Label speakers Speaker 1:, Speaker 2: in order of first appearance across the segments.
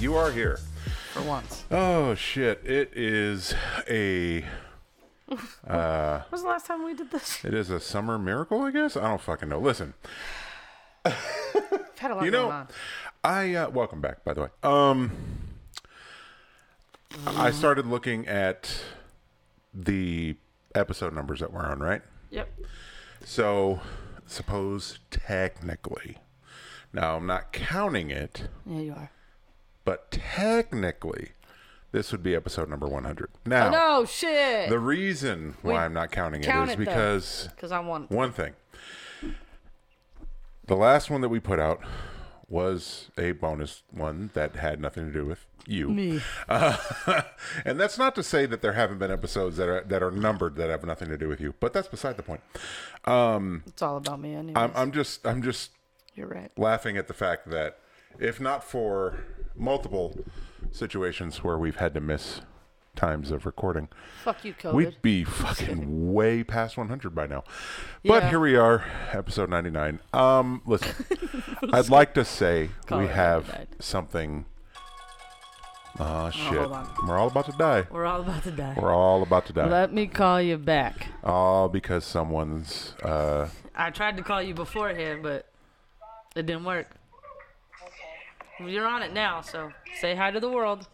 Speaker 1: you are here.
Speaker 2: for once.
Speaker 1: Oh shit! It is a
Speaker 3: When was the last time we did this?
Speaker 1: it is a summer miracle, I guess. I don't fucking know. Listen,
Speaker 3: I've had a lot
Speaker 1: you
Speaker 3: going
Speaker 1: know,
Speaker 3: on.
Speaker 1: I uh, welcome back by the way. Um, I started looking at the episode numbers that we're on, right?
Speaker 3: Yep.
Speaker 1: So, suppose technically, now I'm not counting it,
Speaker 3: Yeah, you are.
Speaker 1: but technically, this would be episode number 100. Now,
Speaker 3: Oh, No shit.
Speaker 1: the reason why
Speaker 3: We-
Speaker 1: I'm not counting it
Speaker 3: count
Speaker 1: is
Speaker 3: it, though.
Speaker 1: because
Speaker 3: Because I want.
Speaker 1: one thing. The last one that we put out was a bonus one that had nothing to do with you. Me. and that's not to say that there haven't been episodes that are that are numbered that have nothing to do with you, but that's beside the point.
Speaker 3: It's all about me. Anyway.
Speaker 1: I'm, I'm just I'm just
Speaker 3: You're right.
Speaker 1: laughing at the fact that if not for multiple situations where we've had to miss times of recording,
Speaker 3: Fuck you, COVID.
Speaker 1: we'd be fucking way past 100 by now. But
Speaker 3: Yeah.
Speaker 1: here we are, episode 99. Um, listen, I'd like to say
Speaker 3: Call
Speaker 1: we
Speaker 3: it
Speaker 1: have
Speaker 3: 99.
Speaker 1: something. Oh shit!
Speaker 3: hold on.
Speaker 1: We're all about to die.
Speaker 3: We're all about to die.
Speaker 1: We're all about to die.
Speaker 3: Let me call you back.
Speaker 1: all because someone's. Uh,
Speaker 3: I tried to call you beforehand, but it didn't work. You're on it now, so say hi to the world.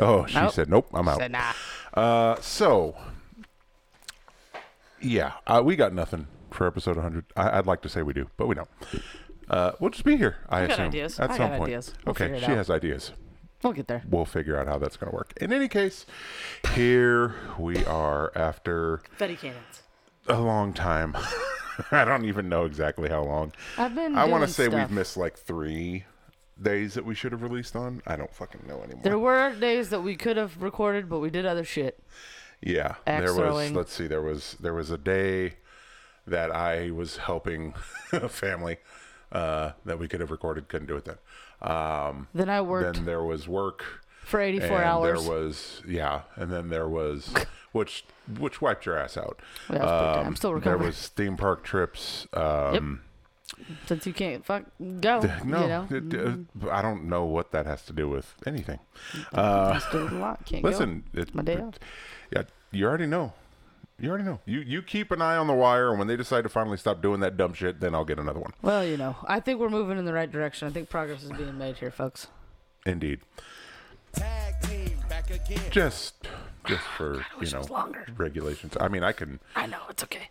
Speaker 1: oh, she
Speaker 3: Nope.
Speaker 1: said, "Nope, I'm out."
Speaker 3: Said nah.
Speaker 1: Uh, so, yeah, uh, we got nothing for episode 100. I, I'd like to say we do, but we don't. Uh, we'll just be here. I
Speaker 3: got
Speaker 1: assume
Speaker 3: ideas.
Speaker 1: at
Speaker 3: I
Speaker 1: some
Speaker 3: got
Speaker 1: point.
Speaker 3: ideas. We'll
Speaker 1: okay,
Speaker 3: figure it
Speaker 1: she
Speaker 3: out.
Speaker 1: has ideas.
Speaker 3: We'll get there.
Speaker 1: We'll figure out how that's going to work. In any case, here we are after
Speaker 3: Betty Cannons.
Speaker 1: a long time. I don't even know exactly how long.
Speaker 3: I've been.
Speaker 1: I
Speaker 3: want to
Speaker 1: say we've missed like three days that we should have released on. I don't fucking know anymore.
Speaker 3: There were days that we could have recorded, but we did other shit.
Speaker 1: Yeah,
Speaker 3: Axe
Speaker 1: there was.
Speaker 3: throwing.
Speaker 1: Let's see, there was there was a day that I was helping a family uh, that we could have recorded, couldn't do it then. Um,
Speaker 3: Then I worked
Speaker 1: then there was work
Speaker 3: for 84
Speaker 1: and
Speaker 3: hours.
Speaker 1: There was yeah, and then there was which which wiped your ass out. Um,
Speaker 3: Yeah, I was pretty tired. I'm still
Speaker 1: There
Speaker 3: recovering.
Speaker 1: was theme park trips. Um,
Speaker 3: Since you can't fuck go,
Speaker 1: No,
Speaker 3: you know, Mm-hmm.
Speaker 1: it- uh, I don't know what that has to do with anything.
Speaker 3: I just did a lot. Can't
Speaker 1: Listen, it,
Speaker 3: My day
Speaker 1: it-
Speaker 3: off.
Speaker 1: yeah, you already know. You already know. You you keep an eye on the wire, and when they decide to finally stop doing that dumb shit, then I'll get another one.
Speaker 3: go. Well, you know, I think we're moving in the right direction. I think progress is being made here, folks.
Speaker 1: Indeed.
Speaker 4: Tag team back again.
Speaker 1: Just just for you know
Speaker 3: was longer.
Speaker 1: regulations. I mean, I can
Speaker 3: I know it's okay.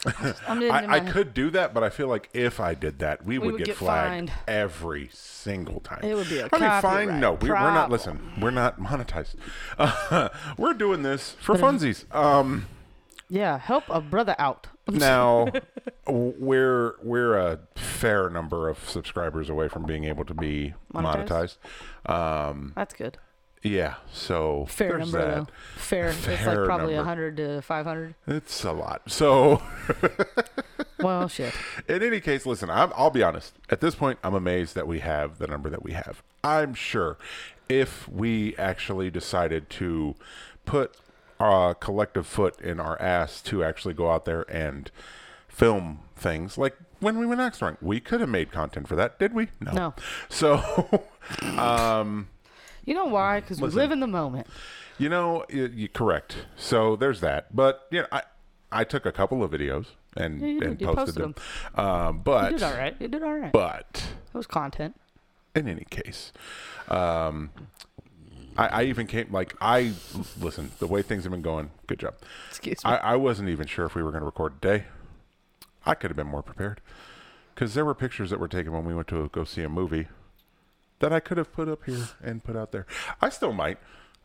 Speaker 3: I'm in
Speaker 1: I,
Speaker 3: my
Speaker 1: I could do that, but I feel like if I did that, we, would,
Speaker 3: would
Speaker 1: get,
Speaker 3: get
Speaker 1: flagged
Speaker 3: fined.
Speaker 1: every single time.
Speaker 3: It would be a
Speaker 1: I mean, fine.
Speaker 3: copyright
Speaker 1: No, we, we're not.
Speaker 3: problem.
Speaker 1: Listen, we're not monetized. we're doing this for funsies. Um.
Speaker 3: Yeah, help a brother out.
Speaker 1: now w- we're we're a fair number of subscribers away from being able to be monetized,
Speaker 3: Monetized?
Speaker 1: um
Speaker 3: That's good.
Speaker 1: yeah so
Speaker 3: Fair
Speaker 1: there's
Speaker 3: number though.
Speaker 1: that
Speaker 3: Fair. it's like
Speaker 1: Fair
Speaker 3: probably
Speaker 1: number.
Speaker 3: 100 to 500.
Speaker 1: it's a lot so
Speaker 3: Well, shit.
Speaker 1: in any case listen I'm, i'll be honest at this point i'm amazed that we have the number that we have i'm sure if we actually decided to put a collective foot in our ass to actually go out there and film things like when we went axe throwing, we could have made content for that, did we?
Speaker 3: No.
Speaker 1: So,
Speaker 3: You know why? Because we
Speaker 1: Listen.
Speaker 3: live in the moment.
Speaker 1: you know, you, you correct. So there's that. But you know, I I took a couple of videos and
Speaker 3: you
Speaker 1: and
Speaker 3: did. You
Speaker 1: posted,
Speaker 3: posted
Speaker 1: them. Um, but
Speaker 3: You did all right. You did all right.
Speaker 1: but
Speaker 3: it was content.
Speaker 1: in any case, um, I, I even came like I listen the way things have been going. Good job.
Speaker 3: Excuse me.
Speaker 1: I, I wasn't even sure if we were going to record today. I could have been more prepared because there were pictures that were taken when we went to go see a movie that I could have put up here and put out there. I still might.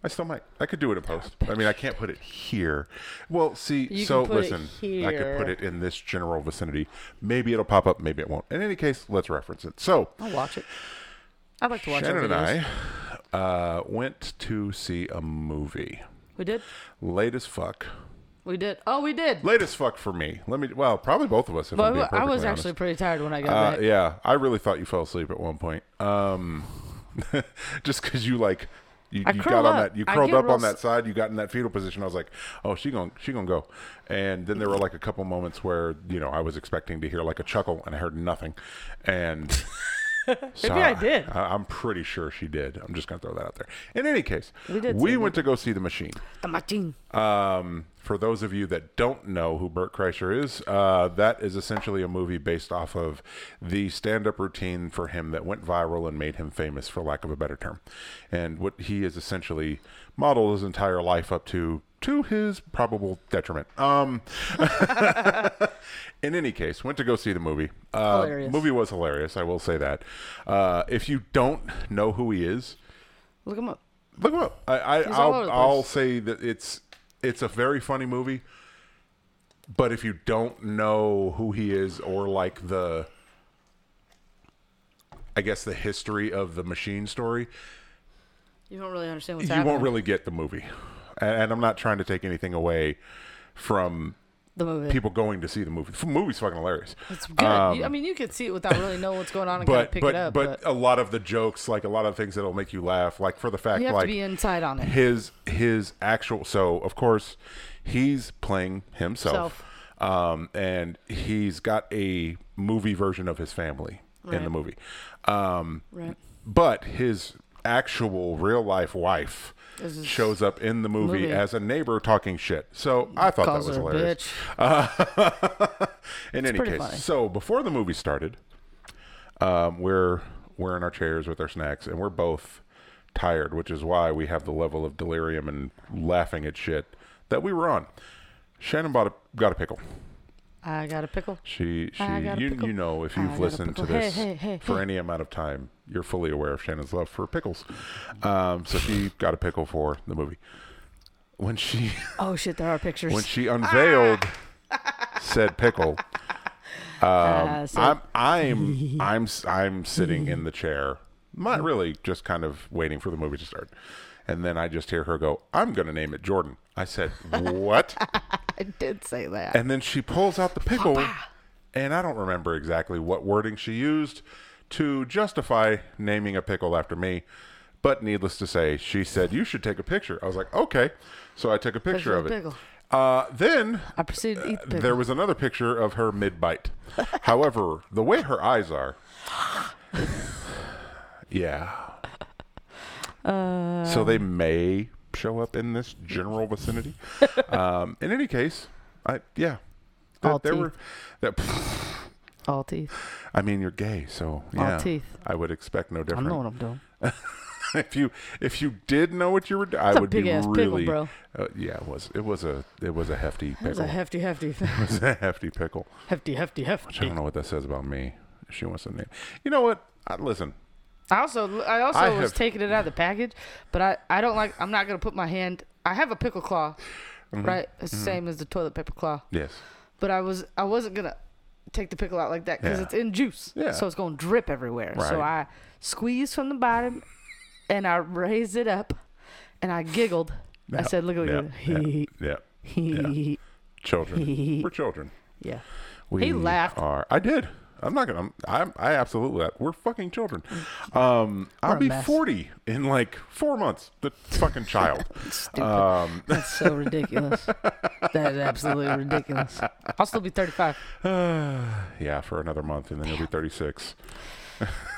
Speaker 1: I still might. I could do it in post. I mean, I can't put it here. Well, see,
Speaker 3: You
Speaker 1: so
Speaker 3: can put it
Speaker 1: listen, I could put
Speaker 3: here.
Speaker 1: it in this general vicinity. Maybe it'll pop up, maybe it won't. In any case, let's reference it. So,
Speaker 3: I'll watch it. I'd like to watch
Speaker 1: Shannon
Speaker 3: it.
Speaker 1: and I uh, went to see a movie.
Speaker 3: We did.
Speaker 1: Late as fuck.
Speaker 3: We did. Oh, we did.
Speaker 1: Late as fuck for me. Let me. Well, probably both of us. If
Speaker 3: But
Speaker 1: I'm
Speaker 3: I
Speaker 1: being
Speaker 3: was
Speaker 1: perfectly honest.
Speaker 3: actually pretty tired when I got
Speaker 1: Uh,
Speaker 3: back.
Speaker 1: yeah, I really thought you fell asleep at one point. Um, just because you like you,
Speaker 3: I
Speaker 1: you
Speaker 3: curl
Speaker 1: got on
Speaker 3: up.
Speaker 1: that you
Speaker 3: I
Speaker 1: curled
Speaker 3: get
Speaker 1: up on
Speaker 3: real
Speaker 1: that
Speaker 3: s-
Speaker 1: side, you got in that fetal position. I was like, oh, she gonna she gonna go. And then there were like a couple moments where you know I was expecting to hear like a chuckle, and I heard nothing. And So
Speaker 3: I did.
Speaker 1: I, am pretty sure she did. I'm just gonna throw that out there. In any case, we,
Speaker 3: did say
Speaker 1: went to go see the machine.
Speaker 3: The machine.
Speaker 1: Um, for those of you that don't know who Burt Kreischer is, uh, that is essentially a movie based off of the stand up routine for him that went viral and made him famous, for lack of a better term. And what he is essentially modeled his entire life up to, to his probable detriment. Um, in any case, went to go see the movie. Uh,
Speaker 3: Hilarious.
Speaker 1: Movie was hilarious, I will say that. Uh, if you don't know who he is,
Speaker 3: Look him up.
Speaker 1: Look him up. I, I
Speaker 3: He's all
Speaker 1: I'll,
Speaker 3: over the
Speaker 1: I'll
Speaker 3: place.
Speaker 1: say that it's it's a very funny movie, but if you don't know who he is or like the, I guess the history of the machine story,
Speaker 3: You don't really understand what's
Speaker 1: you
Speaker 3: happening.
Speaker 1: won't really get the movie. And, and I'm not trying to take anything away from
Speaker 3: the movie.
Speaker 1: people going to see the movie. The movie's fucking hilarious. Uh,
Speaker 3: it's good. You- I mean, you could see it without really knowing what's going on and kind
Speaker 1: But
Speaker 3: of pick
Speaker 1: but,
Speaker 3: it up.
Speaker 1: but
Speaker 3: But,
Speaker 1: a lot of the jokes, like a lot of things that'll make you laugh, like for the fact
Speaker 3: you have
Speaker 1: like
Speaker 3: to be inside on it.
Speaker 1: his his actual so of course he's playing himself um and he's got a movie version of his family in the
Speaker 3: Right.
Speaker 1: movie um
Speaker 3: Right.
Speaker 1: but his actual real life wife
Speaker 3: This is-
Speaker 1: shows up in the movie,
Speaker 3: Movie.
Speaker 1: as a neighbor talking shit so i thought that
Speaker 3: Calls
Speaker 1: was
Speaker 3: her a
Speaker 1: hilarious
Speaker 3: bitch.
Speaker 1: in any
Speaker 3: pretty
Speaker 1: case,
Speaker 3: funny.
Speaker 1: so before the movie started, um, we're we're in our chairs with our snacks, and we're both tired, which is why we have the level of delirium and laughing at shit that we were on. Shannon bought a, got a pickle.
Speaker 3: I got a pickle.
Speaker 1: She she
Speaker 3: I got a
Speaker 1: you
Speaker 3: pickle.
Speaker 1: you know if
Speaker 3: I
Speaker 1: you've
Speaker 3: got a
Speaker 1: listened to
Speaker 3: pickle. Hey,
Speaker 1: this
Speaker 3: hey, hey,
Speaker 1: for
Speaker 3: hey.
Speaker 1: any amount of time, you're fully aware of Shannon's love for pickles. Um, so she got a pickle for the movie. When she
Speaker 3: Oh shit, there are pictures.
Speaker 1: when she unveiled
Speaker 3: Ah!
Speaker 1: said pickle.
Speaker 3: uh, so
Speaker 1: I'm I'm I'm s- I'm sitting in the chair, not really, just kind of waiting for the movie to start, and then I just hear her go, "I'm gonna name it Jordan." I said, "What?"
Speaker 3: I did say that.
Speaker 1: and then she pulls out the pickle, and I don't remember exactly what wording she used to justify naming a pickle after me. But needless to say, she said, "You should take a picture." I was like, "Okay," so I took a picture
Speaker 3: Picture
Speaker 1: of
Speaker 3: of
Speaker 1: it.
Speaker 3: pickle.
Speaker 1: Uh, then
Speaker 3: I proceeded to eat the pickle.
Speaker 1: Uh, there was another picture of her mid bite. However, the way her eyes are, yeah.
Speaker 3: Uh,
Speaker 1: so they
Speaker 3: Um.
Speaker 1: may show up in this general vicinity. um, in any case, I yeah.
Speaker 3: All
Speaker 1: there
Speaker 3: teeth.
Speaker 1: were that.
Speaker 3: All teeth.
Speaker 1: I mean, you're gay, so yeah.
Speaker 3: teeth.
Speaker 1: I would expect no
Speaker 3: I
Speaker 1: different.
Speaker 3: know what I'm doing.
Speaker 1: if you if you did know what you were, do- I
Speaker 3: a
Speaker 1: would be
Speaker 3: big-ass
Speaker 1: really.
Speaker 3: pickle, bro.
Speaker 1: Uh, yeah, it was it was a it was a hefty pickle.
Speaker 3: That was a hefty, hefty,
Speaker 1: it was a hefty pickle.
Speaker 3: hefty, hefty,
Speaker 1: I
Speaker 3: hefty.
Speaker 1: don't know what that says about me. If she wants to name. You know what? I, listen,
Speaker 3: I also, I also
Speaker 1: I
Speaker 3: was
Speaker 1: have-
Speaker 3: taking it out of the package, but I, I don't like. I'm not gonna put my hand. I have a pickle claw,
Speaker 1: Mm-hmm.
Speaker 3: right? It's the same as the toilet paper claw,
Speaker 1: yes.
Speaker 3: but I was, I wasn't gonna take the pickle out like that because
Speaker 1: Yeah.
Speaker 3: it's in juice,
Speaker 1: Yeah.
Speaker 3: so it's gonna drip everywhere. So
Speaker 1: Right.
Speaker 3: I squeezed from the bottom, and I raised it up, and I giggled. I
Speaker 1: Yeah,
Speaker 3: said, "Look, look, look,
Speaker 1: yeah,
Speaker 3: he,
Speaker 1: yeah.
Speaker 3: he,
Speaker 1: Children. We're children.
Speaker 3: yeah."
Speaker 1: We
Speaker 3: laughed.
Speaker 1: Are. I did. I'm not gonna. I'm, I absolutely. laugh. We're fucking children. Um, I'll
Speaker 3: a
Speaker 1: be
Speaker 3: mess.
Speaker 1: 40 in like four months. The fucking child.
Speaker 3: Stupid.
Speaker 1: Um.
Speaker 3: That's so ridiculous. that is absolutely ridiculous. I'll still be 35.
Speaker 1: yeah, for another month, and then he'll be 36.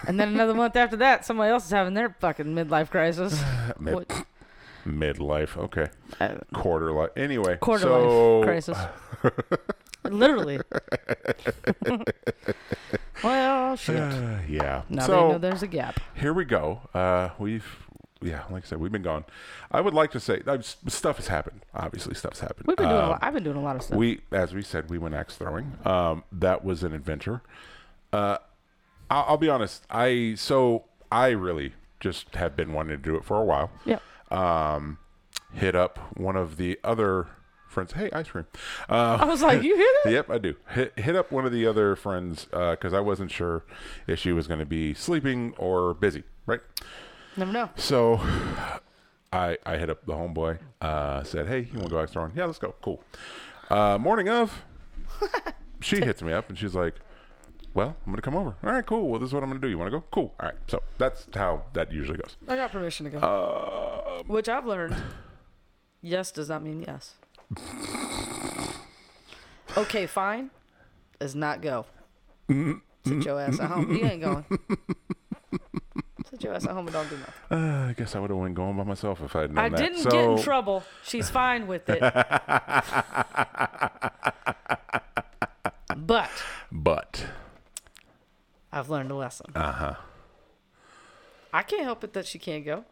Speaker 3: And then another month after that, somebody else is having their fucking midlife crisis.
Speaker 1: Mid-
Speaker 3: What-
Speaker 1: Midlife. Okay.
Speaker 3: Uh,
Speaker 1: Quarter life. Anyway.
Speaker 3: Quarter
Speaker 1: so,
Speaker 3: life crisis. Literally. well, shit.
Speaker 1: uh, yeah.
Speaker 3: Now
Speaker 1: so
Speaker 3: they know there's a gap.
Speaker 1: here we go. Uh, we've, yeah, like I said, we've been gone. I would like to say uh, s- stuff has happened. Obviously, stuff's happened.
Speaker 3: We've been doing. A
Speaker 1: Um,
Speaker 3: lot, I've been doing a lot of stuff.
Speaker 1: We, as we said, we went axe throwing. Um, that was an adventure. Uh, I'll, I'll be honest. I so I really just have been wanting to do it for a while.
Speaker 3: Yep.
Speaker 1: Um, hit up one of the other friends. Hey, ice cream. Uh,
Speaker 3: I was Oh, like, you hear that?
Speaker 1: Yep, I do. Hit, hit up one of the other friends because I wasn't sure if she was going to be sleeping or busy. Right.
Speaker 3: Never know.
Speaker 1: So I I hit up the homeboy, uh, said, Hey, you wanna go ice throwing? Yeah, let's go. Cool. Uh, morning of she hits me up and she's like, Well, I'm gonna come over. All right, cool. Well, this is what I'm gonna do. You wanna go? Cool. All right. So that's how that usually goes. Um,
Speaker 3: I got permission to
Speaker 1: Uh,
Speaker 3: go. Which I've learned. Yes does not mean yes. okay, fine. Does not go. Sit your ass at home. You ain't going. your ass at home and don't do nothing.
Speaker 1: Uh, I guess I would have went going by myself if I had known
Speaker 3: I
Speaker 1: that.
Speaker 3: didn't
Speaker 1: so,
Speaker 3: get in trouble. She's fine with it. but
Speaker 1: But
Speaker 3: I've learned a lesson. Uh huh.
Speaker 1: Uh-huh.
Speaker 3: I can't help it that she can't go.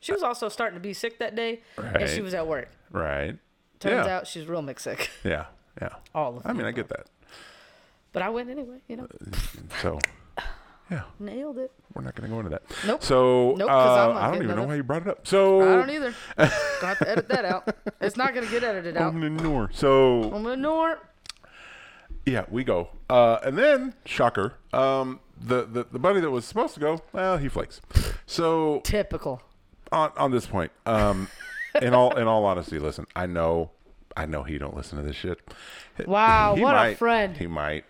Speaker 3: She was also starting to be sick that day, and she
Speaker 1: Right.
Speaker 3: was at work.
Speaker 1: right.
Speaker 3: Turns
Speaker 1: yeah.
Speaker 3: out Oh. she's real mix sick.
Speaker 1: Yeah. Yeah.
Speaker 3: All of
Speaker 1: I mean,
Speaker 3: them.
Speaker 1: I get that.
Speaker 3: But I went anyway. You know,
Speaker 1: So yeah,
Speaker 3: nailed it.
Speaker 1: we're not going to go into that.
Speaker 3: Nope.
Speaker 1: So
Speaker 3: Nope, 'cause I'm
Speaker 1: uh,
Speaker 3: not
Speaker 1: I don't
Speaker 3: getting
Speaker 1: even know
Speaker 3: another-
Speaker 1: why you brought it up. So
Speaker 3: I don't either. Gonna have to edit that out. It's not gonna get edited out.
Speaker 1: I'm gonna ignore. So
Speaker 3: I'm gonna ignore.
Speaker 1: Yeah, we go. Uh, and then, shocker, um, the, the the buddy that was supposed to go, well, he flakes. So
Speaker 3: Typical.
Speaker 1: on on this point, um, in all in all honesty, listen, I know, I know he don't listen to this shit.
Speaker 3: Wow,
Speaker 1: He
Speaker 3: what
Speaker 1: might,
Speaker 3: a friend.
Speaker 1: He might.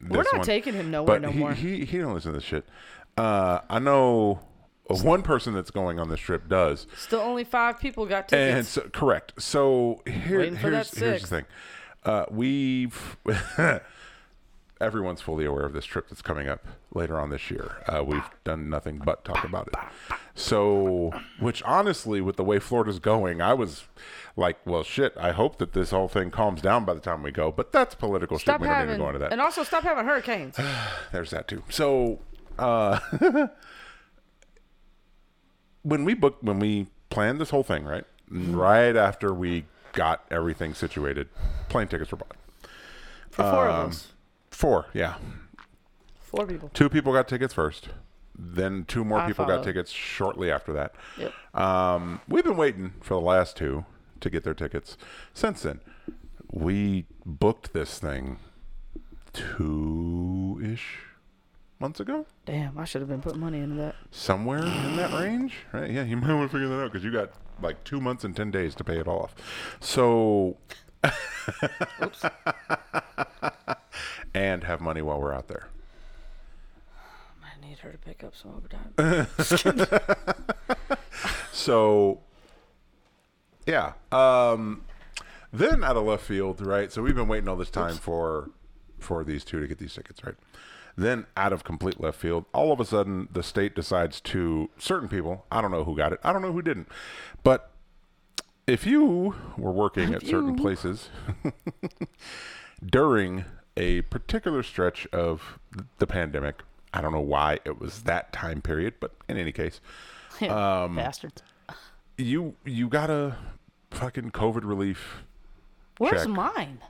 Speaker 3: We're
Speaker 1: This
Speaker 3: not
Speaker 1: one.
Speaker 3: taking him nowhere
Speaker 1: but
Speaker 3: no
Speaker 1: he,
Speaker 3: more.
Speaker 1: He he don't listen to this shit. Uh, I know one person that's going on this trip does.
Speaker 3: Still, only five people got
Speaker 1: And
Speaker 3: tickets.
Speaker 1: so, correct. So here,
Speaker 3: Waiting for that
Speaker 1: here's, here's the
Speaker 3: six.
Speaker 1: thing. Uh, we've everyone's fully aware of this trip that's coming up later on this year. Uh, we've done nothing but talk about it. So, which honestly, with the way Florida's going, I was like, well, shit. I hope that this whole thing calms down by the time we go. But that's political
Speaker 3: Stop
Speaker 1: shit. We don't
Speaker 3: having
Speaker 1: even go into that
Speaker 3: and also stop having hurricanes.
Speaker 1: there's that too. So uh, when we booked, when we planned this whole thing, right, right after we got everything situated, plane tickets were bought.
Speaker 3: For four
Speaker 1: Um,
Speaker 3: of us,
Speaker 1: Four, yeah.
Speaker 3: four people.
Speaker 1: Two people got tickets first. Then two more
Speaker 3: I
Speaker 1: people
Speaker 3: followed.
Speaker 1: got tickets shortly after that.
Speaker 3: Yep.
Speaker 1: Um, we've been waiting for the last two to get their tickets. Since then, we booked this thing two ish months ago.
Speaker 3: Damn, I should have been putting money into that.
Speaker 1: somewhere in that range, right? Yeah, you might want to figure that out because you got like two months and ten days to pay it off. So, and have money while we're out there.
Speaker 3: I need her to pick up some overtime.
Speaker 1: So, yeah. Um, then out of left field, right? So we've been waiting all this time for for these two to get these tickets, right? Then out of complete left field, all of a sudden the state decides to certain people. I don't know who got it. I don't know who didn't, but if you were working at certain places during a particular stretch of the pandemic, I don't know why it was that time period, but in any case, Um,
Speaker 3: Bastards.
Speaker 1: you you got a fucking COVID relief
Speaker 3: Where's
Speaker 1: check.
Speaker 3: mine?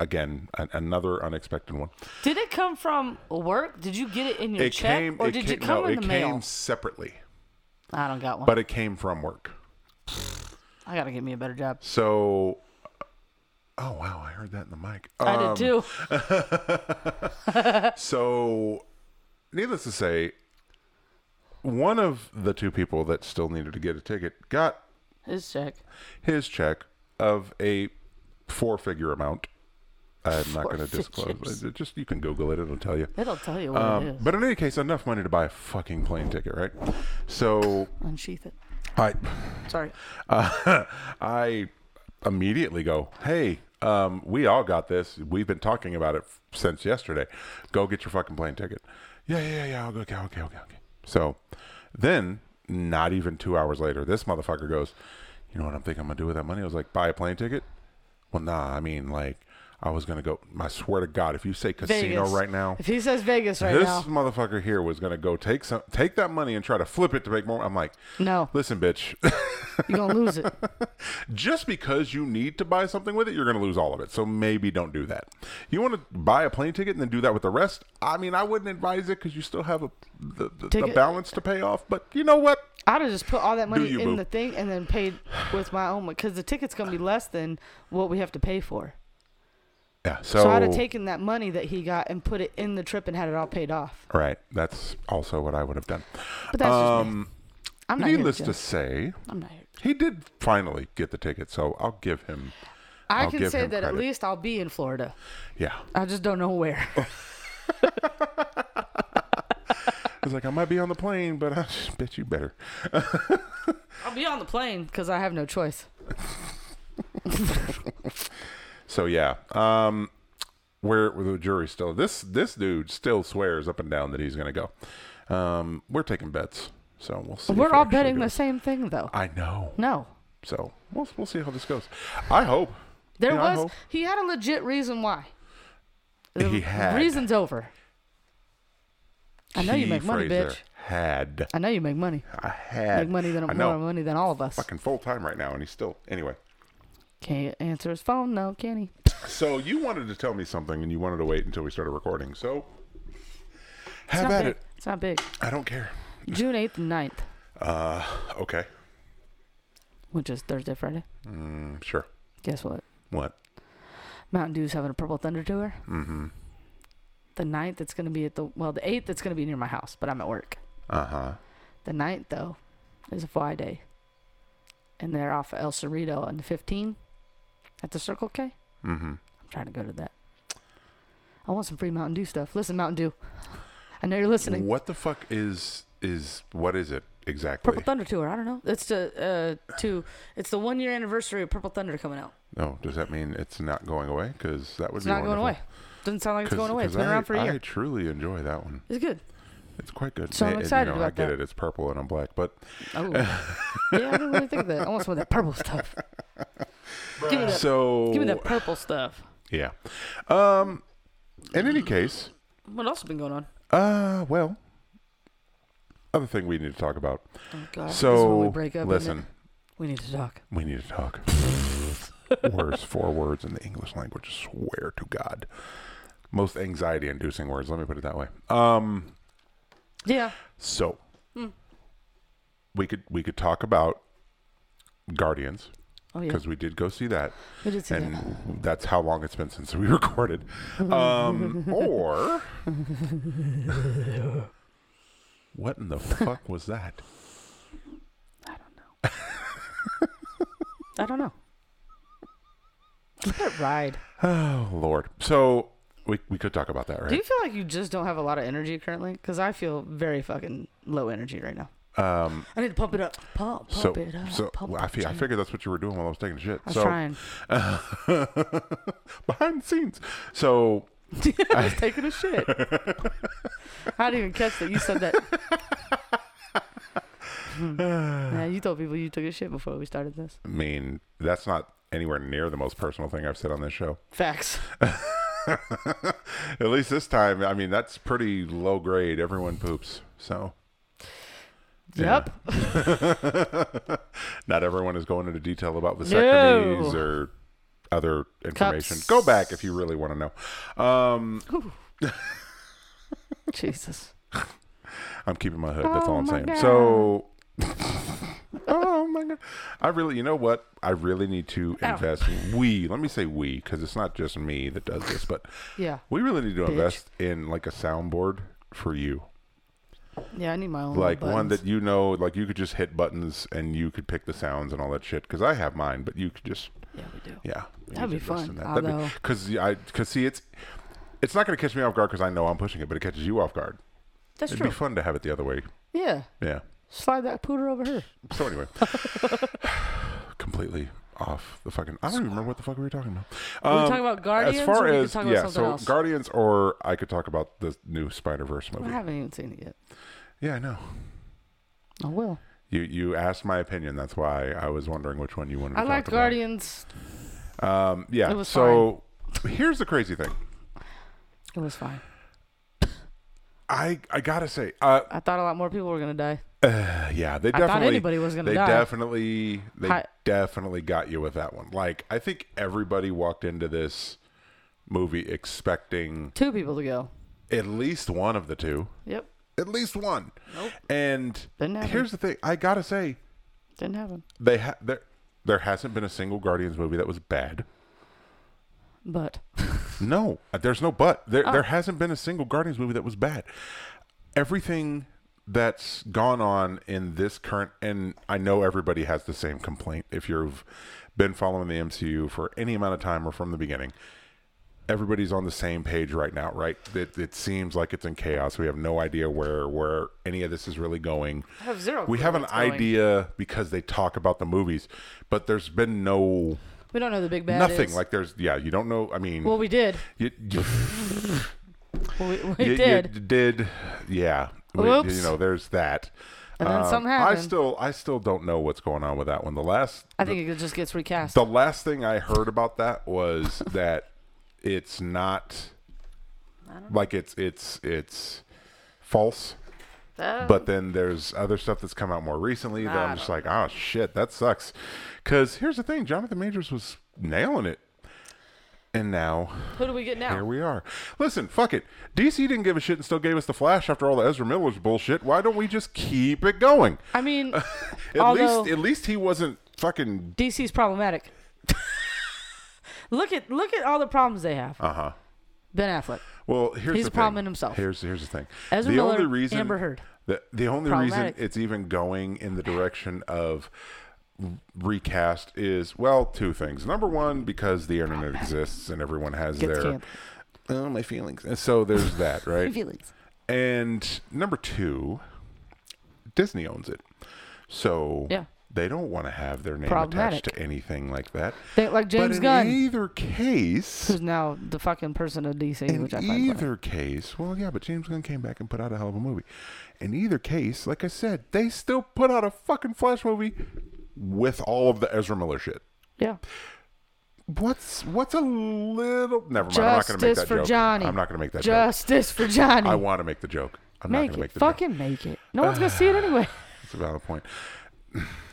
Speaker 1: again. An, another unexpected one.
Speaker 3: Did it come from work? Did you get it in your
Speaker 1: It
Speaker 3: check,
Speaker 1: came.
Speaker 3: or
Speaker 1: it
Speaker 3: did
Speaker 1: came,
Speaker 3: it come
Speaker 1: no,
Speaker 3: in
Speaker 1: it
Speaker 3: the
Speaker 1: came
Speaker 3: mail?
Speaker 1: separately,
Speaker 3: I don't got one.
Speaker 1: but it came from work.
Speaker 3: I gotta get me a better job.
Speaker 1: So, oh wow, I heard that in the mic. Uh,
Speaker 3: I did too.
Speaker 1: So, needless to say, one of the two people that still needed to get a ticket got
Speaker 3: His check.
Speaker 1: his check of a four-figure amount. I'm not going to disclose. It- Just you can Google it; it'll tell you.
Speaker 3: It'll tell you what it
Speaker 1: Um,
Speaker 3: is.
Speaker 1: but in any case, enough money to buy a fucking plane ticket, right? So
Speaker 3: Unsheath it.
Speaker 1: I,
Speaker 3: Sorry.
Speaker 1: uh, I immediately go, "Hey, um, we all got this. We've been talking about it f- since yesterday. Go get your fucking plane ticket." Yeah, yeah, yeah, yeah. I'll go. Okay, okay, okay, okay. So then, not even two hours later, this motherfucker goes, "You know what I'm thinking I'm gonna do with that money?" I was like, "Buy a plane ticket." Well, nah. I mean, like, I was gonna go. I swear to God, if you say casino
Speaker 3: Vegas.
Speaker 1: right now,
Speaker 3: If he says Vegas right
Speaker 1: this
Speaker 3: now,
Speaker 1: motherfucker here was gonna go take some take that money and try to flip it to make more. I'm like,
Speaker 3: No.
Speaker 1: listen, bitch.
Speaker 3: you're gonna lose it.
Speaker 1: just because you need to buy something with it, you're gonna lose all of it. So maybe don't do that. You want to buy a plane ticket and then do that with the rest? I mean, I wouldn't advise it because you still have a the, the, the
Speaker 3: Ticket.
Speaker 1: balance to pay off. But you know what?
Speaker 3: I'd have just put all that money
Speaker 1: you,
Speaker 3: in
Speaker 1: boo.
Speaker 3: the thing and then paid with my own because the ticket's gonna be less than what we have to pay for.
Speaker 1: Yeah. So,
Speaker 3: So, I'd have taken that money that he got and put it in the trip and had it all paid off.
Speaker 1: right. That's also what I would have done.
Speaker 3: But that's
Speaker 1: Um,
Speaker 3: just me. I'm not
Speaker 1: needless
Speaker 3: here
Speaker 1: to
Speaker 3: to, judge.
Speaker 1: say,
Speaker 3: I'm not here.
Speaker 1: he did finally get the ticket. So I'll give him.
Speaker 3: I
Speaker 1: I'll
Speaker 3: can
Speaker 1: give
Speaker 3: say
Speaker 1: him
Speaker 3: that at
Speaker 1: credit.
Speaker 3: least I'll be in Florida.
Speaker 1: Yeah.
Speaker 3: I just don't know where.
Speaker 1: I was like, I might be on the plane, but I bet you better.
Speaker 3: I'll be on the plane because I have no choice.
Speaker 1: So yeah, um, where where the jury's still this this dude still swears up and down that he's gonna go. Um, we're taking bets, So we'll see. if
Speaker 3: We're
Speaker 1: we
Speaker 3: all
Speaker 1: actually
Speaker 3: betting
Speaker 1: do
Speaker 3: the
Speaker 1: it.
Speaker 3: same thing, though.
Speaker 1: I know.
Speaker 3: No.
Speaker 1: So we'll we'll see how this goes. I hope
Speaker 3: There
Speaker 1: Yeah, I
Speaker 3: was,
Speaker 1: hope.
Speaker 3: he had a legit reason why. The
Speaker 1: he had.
Speaker 3: Reason's over. I know you
Speaker 1: Key
Speaker 3: make money,
Speaker 1: phrase
Speaker 3: bitch.
Speaker 1: there. Had
Speaker 3: I know you make money.
Speaker 1: I had
Speaker 3: Make money than more
Speaker 1: I know.
Speaker 3: money than all of us.
Speaker 1: Fucking full time right now, and he's still anyway.
Speaker 3: Can't answer his phone, no, can he?
Speaker 1: So you wanted to tell me something, and you wanted to wait until we started recording. So have
Speaker 3: not
Speaker 1: at
Speaker 3: big.
Speaker 1: it.
Speaker 3: It's not big.
Speaker 1: I don't care.
Speaker 3: June 8th and 9th,
Speaker 1: Okay,
Speaker 3: which is Thursday, Friday.
Speaker 1: Mm, sure.
Speaker 3: Guess what?
Speaker 1: What?
Speaker 3: Mountain Dew's having a Purple Thunder tour. Mm-hmm. The 9th, it's going to be at the, well, the 8th, it's going to be near my house, but I'm at work.
Speaker 1: Uh huh.
Speaker 3: The 9th, though, is a Friday. And they're off of El Cerrito on the 15th at the Circle K. Mm-hmm. I'm trying to go to that. I want some free Mountain Dew stuff. Listen, Mountain Dew. I know you're listening.
Speaker 1: What the fuck is is what is it exactly?
Speaker 3: Purple Thunder tour. I don't know. It's the uh, to it's the one year anniversary of Purple Thunder coming out.
Speaker 1: No, does that mean it's not going away? Because that would
Speaker 3: It's
Speaker 1: be
Speaker 3: not going away.
Speaker 1: wonderful.
Speaker 3: Doesn't sound like it's
Speaker 1: 'Cause-
Speaker 3: going away. It's
Speaker 1: 'cause
Speaker 3: been
Speaker 1: I,
Speaker 3: around for a
Speaker 1: I
Speaker 3: year.
Speaker 1: truly enjoy that one.
Speaker 3: It's good.
Speaker 1: It's quite good.
Speaker 3: So I'm
Speaker 1: It- it-
Speaker 3: excited
Speaker 1: you know, I
Speaker 3: about
Speaker 1: get
Speaker 3: that.
Speaker 1: it. It's purple and I'm black, but
Speaker 3: Oh, yeah. I didn't really think of that. I want some of that purple stuff. Give me that.
Speaker 1: so
Speaker 3: give me that purple stuff.
Speaker 1: yeah. Um, in any case,
Speaker 3: What else has been going on?
Speaker 1: uh, well, other thing we need to talk about.
Speaker 3: Oh God. this is when
Speaker 1: so
Speaker 3: we break up. isn't it?
Speaker 1: listen,
Speaker 3: we need to talk.
Speaker 1: we need to talk. Worst four words in the English language. Swear to God, most anxiety-inducing words. Let me put it that way. Um,
Speaker 3: Yeah.
Speaker 1: So
Speaker 3: Hmm.
Speaker 1: we could we could talk about Guardians
Speaker 3: Oh yeah.
Speaker 1: because we did go see that,
Speaker 3: We did see that.
Speaker 1: and that's how long it's been since we recorded. Um, or what in the fuck was that?
Speaker 3: I don't know. Let it ride.
Speaker 1: Oh Lord! So we we could talk about that, right?
Speaker 3: Do you feel like you just don't have a lot of energy currently? Because I feel very fucking low energy right now. Um, I need to pump it up. Pump, pump
Speaker 1: so
Speaker 3: it up.
Speaker 1: so
Speaker 3: pump
Speaker 1: well, I,
Speaker 3: it
Speaker 1: fi- I
Speaker 3: up.
Speaker 1: figured that's what you were doing while I was taking a shit.
Speaker 3: Oh, I was
Speaker 1: so
Speaker 3: trying.
Speaker 1: behind the scenes. So
Speaker 3: I was taking a shit. I didn't even catch that you said that. Hmm. yeah, you told people you took a shit before we started this.
Speaker 1: I mean that's not anywhere near the most personal thing I've said on this show.
Speaker 3: Facts.
Speaker 1: At least this time, I mean, that's pretty low grade. Everyone poops, so
Speaker 3: Yep.
Speaker 1: not everyone is going into detail about vasectomies
Speaker 3: No.
Speaker 1: or other information.
Speaker 3: Cups.
Speaker 1: Go back if you really want to know. Um,
Speaker 3: Jesus.
Speaker 1: I'm keeping my hood. That's all
Speaker 3: Oh
Speaker 1: I'm
Speaker 3: my
Speaker 1: saying.
Speaker 3: God.
Speaker 1: So, oh my god, I really, you know what? I really need to
Speaker 3: Oh.
Speaker 1: invest. We, let me say we, because it's not just me that does this, but
Speaker 3: Yeah.
Speaker 1: we really need to
Speaker 3: Bitch.
Speaker 1: invest in like a soundboard for you.
Speaker 3: Yeah, I need my own.
Speaker 1: like
Speaker 3: Oh, buttons.
Speaker 1: one that you know like you could just hit buttons and you could pick the sounds and all that shit because i have mine but you could just
Speaker 3: Yeah, we do.
Speaker 1: yeah we
Speaker 3: That'd
Speaker 1: need
Speaker 3: be
Speaker 1: to invest
Speaker 3: fun,
Speaker 1: in that. That'd
Speaker 3: although-
Speaker 1: because i because see it's it's not going to catch me off guard because i know i'm pushing it but it catches you off guard
Speaker 3: That's
Speaker 1: it'd
Speaker 3: true.
Speaker 1: be fun to have it the other way
Speaker 3: Yeah.
Speaker 1: yeah
Speaker 3: Slide that pooter over her.
Speaker 1: so anyway completely off the fucking i don't even remember what the fuck we were talking about
Speaker 3: we
Speaker 1: Um,
Speaker 3: talking about Guardians
Speaker 1: as far
Speaker 3: or we could
Speaker 1: as
Speaker 3: talk about
Speaker 1: yeah
Speaker 3: something
Speaker 1: so
Speaker 3: else?
Speaker 1: guardians or i could talk about the new spider-verse
Speaker 3: I
Speaker 1: movie
Speaker 3: haven't even seen it yet.
Speaker 1: yeah i know
Speaker 3: I will.
Speaker 1: you you asked my opinion that's why i was wondering which one you wanted to
Speaker 3: I
Speaker 1: talk
Speaker 3: like
Speaker 1: about.
Speaker 3: Guardians.
Speaker 1: Um, yeah.
Speaker 3: It was
Speaker 1: so here's the crazy thing.
Speaker 3: It was fine.
Speaker 1: I I gotta say, uh,
Speaker 3: I thought a lot more people were gonna die.
Speaker 1: yeah, they
Speaker 3: thought
Speaker 1: definitely
Speaker 3: anybody was gonna
Speaker 1: they
Speaker 3: die.
Speaker 1: definitely they
Speaker 3: Hi-
Speaker 1: definitely got you with that one. Like I think everybody walked into this movie expecting
Speaker 3: Two people to go.
Speaker 1: at least one of the two,
Speaker 3: Yep.
Speaker 1: at least one.
Speaker 3: Nope.
Speaker 1: And
Speaker 3: Didn't happen.
Speaker 1: here's the thing, I gotta say,
Speaker 3: Didn't happen.
Speaker 1: they ha- there there hasn't been a single Guardians movie that was bad.
Speaker 3: But
Speaker 1: No, there's no but.
Speaker 3: Oh.
Speaker 1: There, there hasn't been a single Guardians movie that was bad. Everything that's gone on in this current, and I know everybody has the same complaint. If you've been following the MCU for any amount of time or from the beginning, everybody's on the same page right now, right? It, it seems like it's in chaos. We have no idea where where any of this is really going.
Speaker 3: I have zero
Speaker 1: We
Speaker 3: clue
Speaker 1: have
Speaker 3: where
Speaker 1: an
Speaker 3: it's going.
Speaker 1: idea because they talk about the movies, but there's been no
Speaker 3: we don't know the big bad.
Speaker 1: nothing.
Speaker 3: is.
Speaker 1: Like there's yeah, you don't know. I mean,
Speaker 3: Well, we did.
Speaker 1: you- you
Speaker 3: Well, we we
Speaker 1: you,
Speaker 3: did.
Speaker 1: You did, yeah. We-
Speaker 3: Whoops.
Speaker 1: you know, there's that.
Speaker 3: And then
Speaker 1: Um,
Speaker 3: something
Speaker 1: I
Speaker 3: happened. I,
Speaker 1: still I still don't know what's going on with that one. The last
Speaker 3: think it just gets recast.
Speaker 1: the last thing I heard about that was that it's not like it's it's it's false.
Speaker 3: Oh.
Speaker 1: But then there's other stuff that's come out more recently that
Speaker 3: I
Speaker 1: I'm just like, oh shit, that sucks. Because here's the thing, Jonathan Majors was nailing it, and now
Speaker 3: Who do we get
Speaker 1: here
Speaker 3: now?
Speaker 1: we are. Listen, fuck it. DC didn't give a shit and still gave us the Flash after all the Ezra Miller's bullshit. Why don't we just keep it going?
Speaker 3: I mean,
Speaker 1: At
Speaker 3: Although-
Speaker 1: least, at least he wasn't fucking.
Speaker 3: DC's problematic. look at look at all the problems they have.
Speaker 1: Uh huh.
Speaker 3: Ben Affleck,
Speaker 1: Well, here's
Speaker 3: He's
Speaker 1: the
Speaker 3: a problem
Speaker 1: thing.
Speaker 3: in himself.
Speaker 1: Here's here's the thing.
Speaker 3: Ezra
Speaker 1: the
Speaker 3: Miller,
Speaker 1: only reason
Speaker 3: Amber Heard.
Speaker 1: The, the only reason
Speaker 3: Problematic.
Speaker 1: it's even going in the direction of recast is well two things. Number one, because the internet exists and everyone has
Speaker 3: Gets
Speaker 1: their
Speaker 3: canned.
Speaker 1: oh my feelings. And so there's that, right?
Speaker 3: feelings.
Speaker 1: And number two, Disney owns it, so
Speaker 3: Yeah.
Speaker 1: they don't want to have their name
Speaker 3: Problematic.
Speaker 1: attached to anything like that.
Speaker 3: They, like
Speaker 1: but
Speaker 3: James
Speaker 1: in
Speaker 3: Gunn,
Speaker 1: either case,
Speaker 3: who's now the fucking person of DC,
Speaker 1: in
Speaker 3: which I find funny.
Speaker 1: either case, well, yeah, but James Gunn came back and put out a hell of a movie. In either case, like I said, they still put out a fucking Flash movie with all of the Ezra Miller shit.
Speaker 3: Yeah.
Speaker 1: What's what's a little? Never mind. I'm not gonna make
Speaker 3: Justice
Speaker 1: that
Speaker 3: for
Speaker 1: joke.
Speaker 3: Johnny.
Speaker 1: I'm not gonna make that joke.
Speaker 3: Justice for Johnny.
Speaker 1: I want to make the joke. I'm not
Speaker 3: make
Speaker 1: gonna
Speaker 3: it.
Speaker 1: make the joke.
Speaker 3: fucking make it. No one's gonna see it anyway.
Speaker 1: It's a valid point.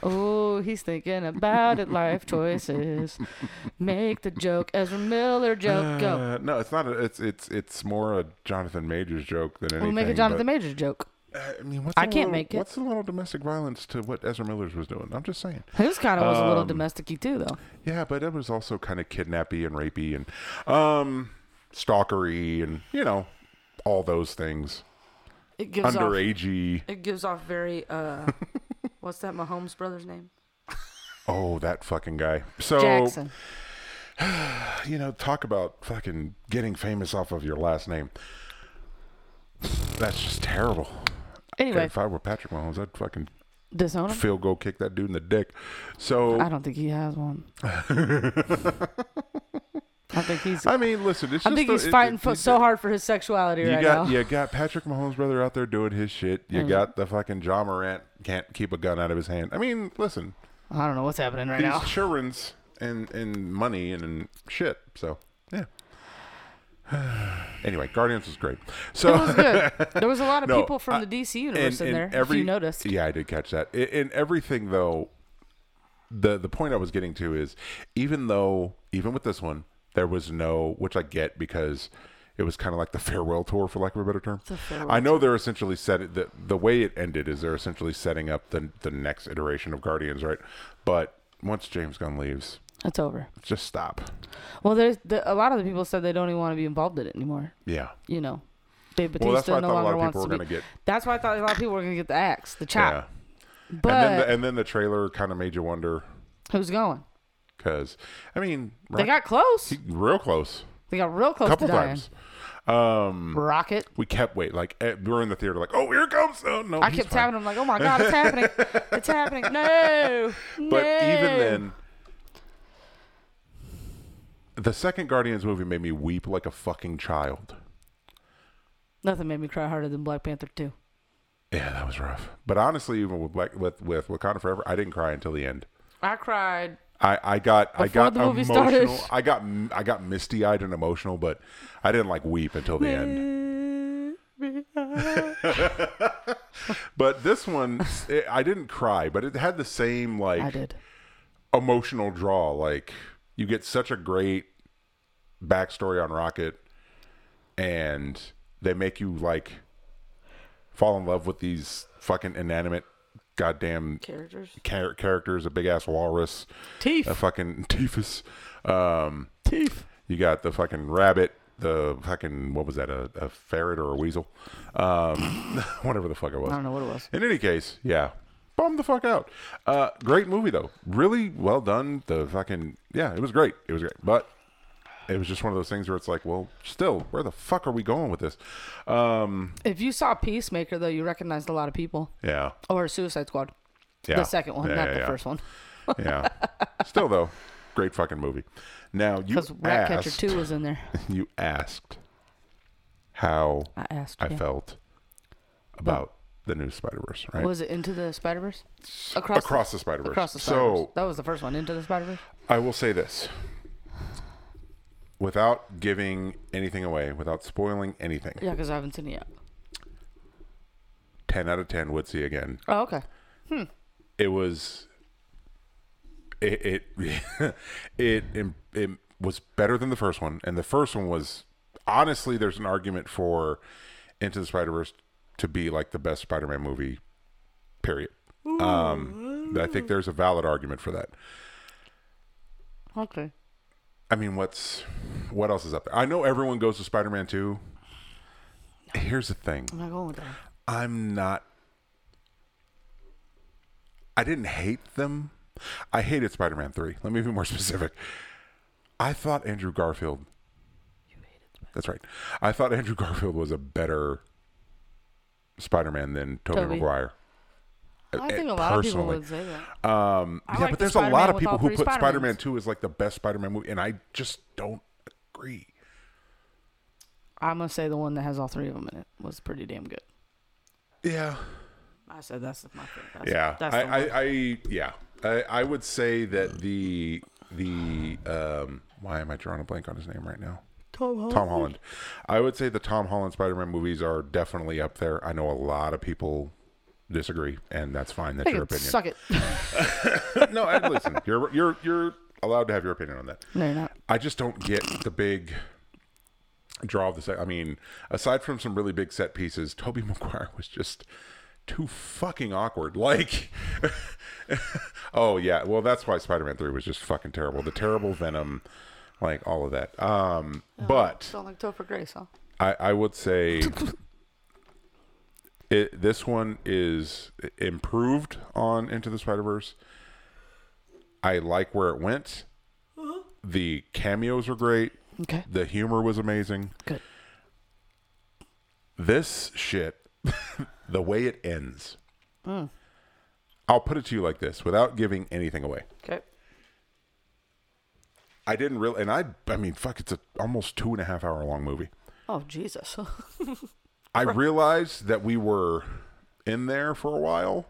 Speaker 3: Oh, he's thinking about it. Life choices. Make the joke. Ezra Miller joke. Go.
Speaker 1: Uh, no, it's not. A, it's it's it's more a Jonathan Majors joke than anything.
Speaker 3: We'll make a Jonathan Majors joke.
Speaker 1: But, uh, I mean, what's
Speaker 3: I
Speaker 1: a
Speaker 3: can't
Speaker 1: little-
Speaker 3: make it.
Speaker 1: What's a little domestic violence to what Ezra Miller's was doing? I'm just saying.
Speaker 3: His kind of was a little
Speaker 1: Um,
Speaker 3: domesticy too, though.
Speaker 1: Yeah, but it was also kind of kidnappy and rapey and um stalkery and you know all those things.
Speaker 3: It gives
Speaker 1: Underagey.
Speaker 3: It gives off very uh what's that Mahomes brother's name?
Speaker 1: Oh, that fucking guy. So
Speaker 3: Jackson.
Speaker 1: you know, talk about fucking getting famous off of your last name. That's just terrible.
Speaker 3: Anyway,
Speaker 1: If I were Patrick Mahomes, I'd fucking
Speaker 3: disown him.
Speaker 1: field goal kick that dude in the dick. So
Speaker 3: I don't think he has one. I think he's.
Speaker 1: I mean, listen, it's
Speaker 3: I
Speaker 1: just
Speaker 3: think
Speaker 1: the-
Speaker 3: he's
Speaker 1: it-
Speaker 3: fighting
Speaker 1: it-
Speaker 3: for,
Speaker 1: you-
Speaker 3: so hard for his sexuality
Speaker 1: You
Speaker 3: right
Speaker 1: got
Speaker 3: now.
Speaker 1: you got Patrick Mahomes' brother out there doing his shit. You
Speaker 3: Mhm.
Speaker 1: got the fucking John Morant can't keep a gun out of his hand. I mean, listen,
Speaker 3: I don't know what's happening right
Speaker 1: these
Speaker 3: now.
Speaker 1: children's and and money and, and shit. So yeah. anyway, Guardians was great.
Speaker 3: It
Speaker 1: So
Speaker 3: was good. There was a lot of
Speaker 1: No,
Speaker 3: people from
Speaker 1: I-
Speaker 3: the DC universe in there. if you noticed,
Speaker 1: Yeah, I did catch that. In, in everything though, the the point I was getting to is even though even with this one there was no which I get because it was kind of like the farewell tour for lack of a better term.
Speaker 3: a farewell
Speaker 1: I know they're essentially set the the way it ended is they're essentially setting up the the next iteration of Guardians, right? But once James Gunn leaves,
Speaker 3: it's over.
Speaker 1: just stop.
Speaker 3: Well, there's the, a lot of the people said they don't even want to be involved in it anymore.
Speaker 1: Yeah.
Speaker 3: You know, Dave Batista
Speaker 1: Well, that's why I
Speaker 3: no
Speaker 1: thought a lot
Speaker 3: longer
Speaker 1: of
Speaker 3: wants
Speaker 1: people
Speaker 3: to
Speaker 1: were
Speaker 3: be.
Speaker 1: going to get.
Speaker 3: That's why I thought a lot of people were going to get the axe, the
Speaker 1: Yeah.
Speaker 3: chop. But
Speaker 1: and then the, and then the trailer kind of made you wonder
Speaker 3: who's going?
Speaker 1: because I mean
Speaker 3: They got close.
Speaker 1: real close.
Speaker 3: They got real close
Speaker 1: couple
Speaker 3: to dying.
Speaker 1: times. Um,
Speaker 3: Rocket.
Speaker 1: we kept wait like eh, we were in the theater like oh here it comes oh no
Speaker 3: I
Speaker 1: he's
Speaker 3: kept
Speaker 1: fine.
Speaker 3: tapping him like, oh my god, it's happening, it's happening. No,
Speaker 1: but
Speaker 3: no.
Speaker 1: even then the second Guardians movie made me weep like a fucking child
Speaker 3: nothing made me cry harder than Black Panther two.
Speaker 1: yeah that was rough but honestly even with Black, with with Wakanda Forever I didn't cry until the end
Speaker 3: I cried.
Speaker 1: I, I got I
Speaker 3: Before
Speaker 1: got
Speaker 3: the movie
Speaker 1: emotional
Speaker 3: started.
Speaker 1: I got m- I got misty eyed and emotional but I didn't like weep until the end But this one, it, I didn't cry, but it had the same
Speaker 3: I
Speaker 1: like
Speaker 3: did.
Speaker 1: emotional draw. Like you get such a great backstory on Rocket, and they make you like fall in love with these fucking inanimate goddamn
Speaker 3: Characters.
Speaker 1: char- characters. A big ass walrus,
Speaker 3: Teeth.
Speaker 1: a fucking typhus. Um,
Speaker 3: Teeth.
Speaker 1: you got the fucking rabbit, the fucking what was that? A, a ferret or a weasel? Um, whatever the fuck it was.
Speaker 3: I don't know what it was.
Speaker 1: In any case, yeah. Bum the fuck out. Uh, great movie though. Really well done. The fucking yeah, it was great. It was great. But it was just one of those things where it's like, well, still, where the fuck are we going with this? Um,
Speaker 3: If you saw Peacemaker though, you recognized a lot of people.
Speaker 1: yeah,
Speaker 3: Or Suicide Squad.
Speaker 1: yeah.
Speaker 3: The second one,
Speaker 1: Yeah,
Speaker 3: not
Speaker 1: yeah,
Speaker 3: the
Speaker 1: yeah.
Speaker 3: first one.
Speaker 1: Yeah. still though, great fucking movie. Now you
Speaker 3: Because Ratcatcher
Speaker 1: asked,
Speaker 3: 2 was in there.
Speaker 1: You asked how
Speaker 3: I asked.
Speaker 1: I
Speaker 3: yeah.
Speaker 1: felt about the new Spider Verse, right?
Speaker 3: Was it Into the Spider Verse?
Speaker 1: across,
Speaker 3: Across,
Speaker 1: the Spider
Speaker 3: the,
Speaker 1: Verse.
Speaker 3: across the Spider Verse.
Speaker 1: So
Speaker 3: that was the first one. Into the Spider Verse.
Speaker 1: I will say this without giving anything away, without spoiling anything.
Speaker 3: Yeah, because I haven't seen it yet.
Speaker 1: 10 out of 10 would see again.
Speaker 3: Oh, okay.
Speaker 1: It was it it it, im- it was better than the first one and the first one was honestly there's an argument for Into the Spider-Verse to be like the best Spider-Man movie period. Um I think there's a valid argument for that.
Speaker 3: Okay.
Speaker 1: I mean, what's what else is up there? I know everyone goes to Spider-Man 2. Here's the thing.
Speaker 3: I'm not going with that.
Speaker 1: I'm not I didn't hate them. I hated Spider-Man 3. Let me be more specific. I thought Andrew Garfield That's right. I thought Andrew Garfield was a better Spider-Man than Tobey
Speaker 3: Tobey.
Speaker 1: Maguire.
Speaker 3: I
Speaker 1: eh,
Speaker 3: think a lot
Speaker 1: personally.
Speaker 3: of people would say that.
Speaker 1: Um,
Speaker 3: I
Speaker 1: yeah,
Speaker 3: like
Speaker 1: but
Speaker 3: the
Speaker 1: there's a lot
Speaker 3: Spider-Man
Speaker 1: of
Speaker 3: with
Speaker 1: people
Speaker 3: all
Speaker 1: who
Speaker 3: three
Speaker 1: put
Speaker 3: Spider-Mans.
Speaker 1: Spider-Man 2 as like the best Spider-Man movie, and I just don't agree.
Speaker 3: I'm gonna say the one that has all three of them in it was pretty damn good.
Speaker 1: Yeah,
Speaker 3: I said that's my favorite. That's,
Speaker 1: yeah.
Speaker 3: That's
Speaker 1: I,
Speaker 3: the one.
Speaker 1: I, I, yeah. I, I would say that the the um, why am I drawing a blank on his name right now?
Speaker 3: Tom Holland.
Speaker 1: Tom Holland. I would say the Tom Holland Spider-Man movies are definitely up there. I know a lot of people disagree, and that's fine.
Speaker 3: I
Speaker 1: That's
Speaker 3: think
Speaker 1: your
Speaker 3: it-
Speaker 1: opinion.
Speaker 3: Suck it.
Speaker 1: no, I, listen, you're you're you're allowed to have your opinion on that.
Speaker 3: no, you're not.
Speaker 1: I just don't get the big draw of the set. I mean, aside from some really big set pieces, Toby Maguire was just too fucking awkward. Like, oh yeah, well that's why Spider-Man Three was just fucking terrible. The terrible Venom, like all of that. Um, but
Speaker 3: Don't like Topher Grace, huh?
Speaker 1: I, I would say it, this one is improved on Into the Spider Verse. I like where it went. The cameos are great.
Speaker 3: Okay.
Speaker 1: The humor was amazing.
Speaker 3: Good.
Speaker 1: This shit, the way it ends. I'll put it to you like this without giving anything away.
Speaker 3: Okay.
Speaker 1: I didn't really, and I, I mean, fuck, it's a almost two and a half hour long movie.
Speaker 3: Oh Jesus.
Speaker 1: I realized that we were in there for a while,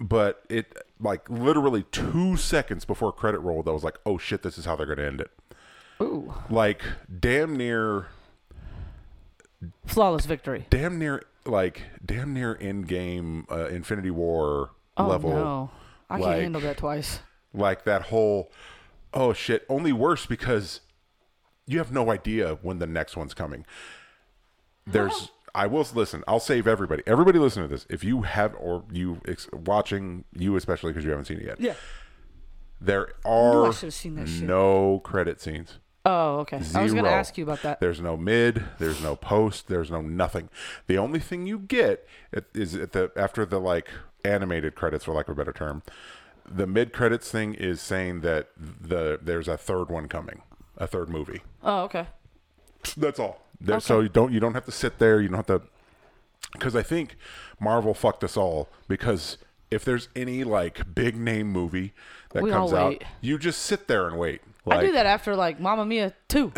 Speaker 1: but it like literally two seconds before credit rolled, I was like, "Oh shit, this is how they're going to end it."
Speaker 3: Ooh.
Speaker 1: Like damn near,
Speaker 3: Flawless victory.
Speaker 1: damn near, like damn near end game uh, Infinity War
Speaker 3: Oh
Speaker 1: level.
Speaker 3: no. I can't
Speaker 1: like-
Speaker 3: handle that twice.
Speaker 1: Like that whole, oh shit. Only worse because you have no idea when the next one's coming. there's I will listen. I'll save everybody. Everybody listen to this. If you have or you ex- watching you especially because you haven't seen it yet.
Speaker 3: Yeah.
Speaker 1: There
Speaker 3: Ooh, I
Speaker 1: are
Speaker 3: should've seen that shit.
Speaker 1: no credit scenes.
Speaker 3: Oh, okay. I was gonna
Speaker 1: Zero.
Speaker 3: ask you about that.
Speaker 1: There's no mid. There's no post. There's no nothing. The only thing you get at- is at the after the like animated credits, for lack of a better term, the mid credits thing is saying that the there's a third one coming, a third movie.
Speaker 3: Oh, okay.
Speaker 1: That's all. There, So you don't you don't have to sit there. You don't have to. Because I think Marvel fucked us all. Because if there's any like big name movie that
Speaker 3: We all
Speaker 1: comes out,
Speaker 3: wait.
Speaker 1: you just sit there and wait. Like,
Speaker 3: I do that after like Mamma Mia two.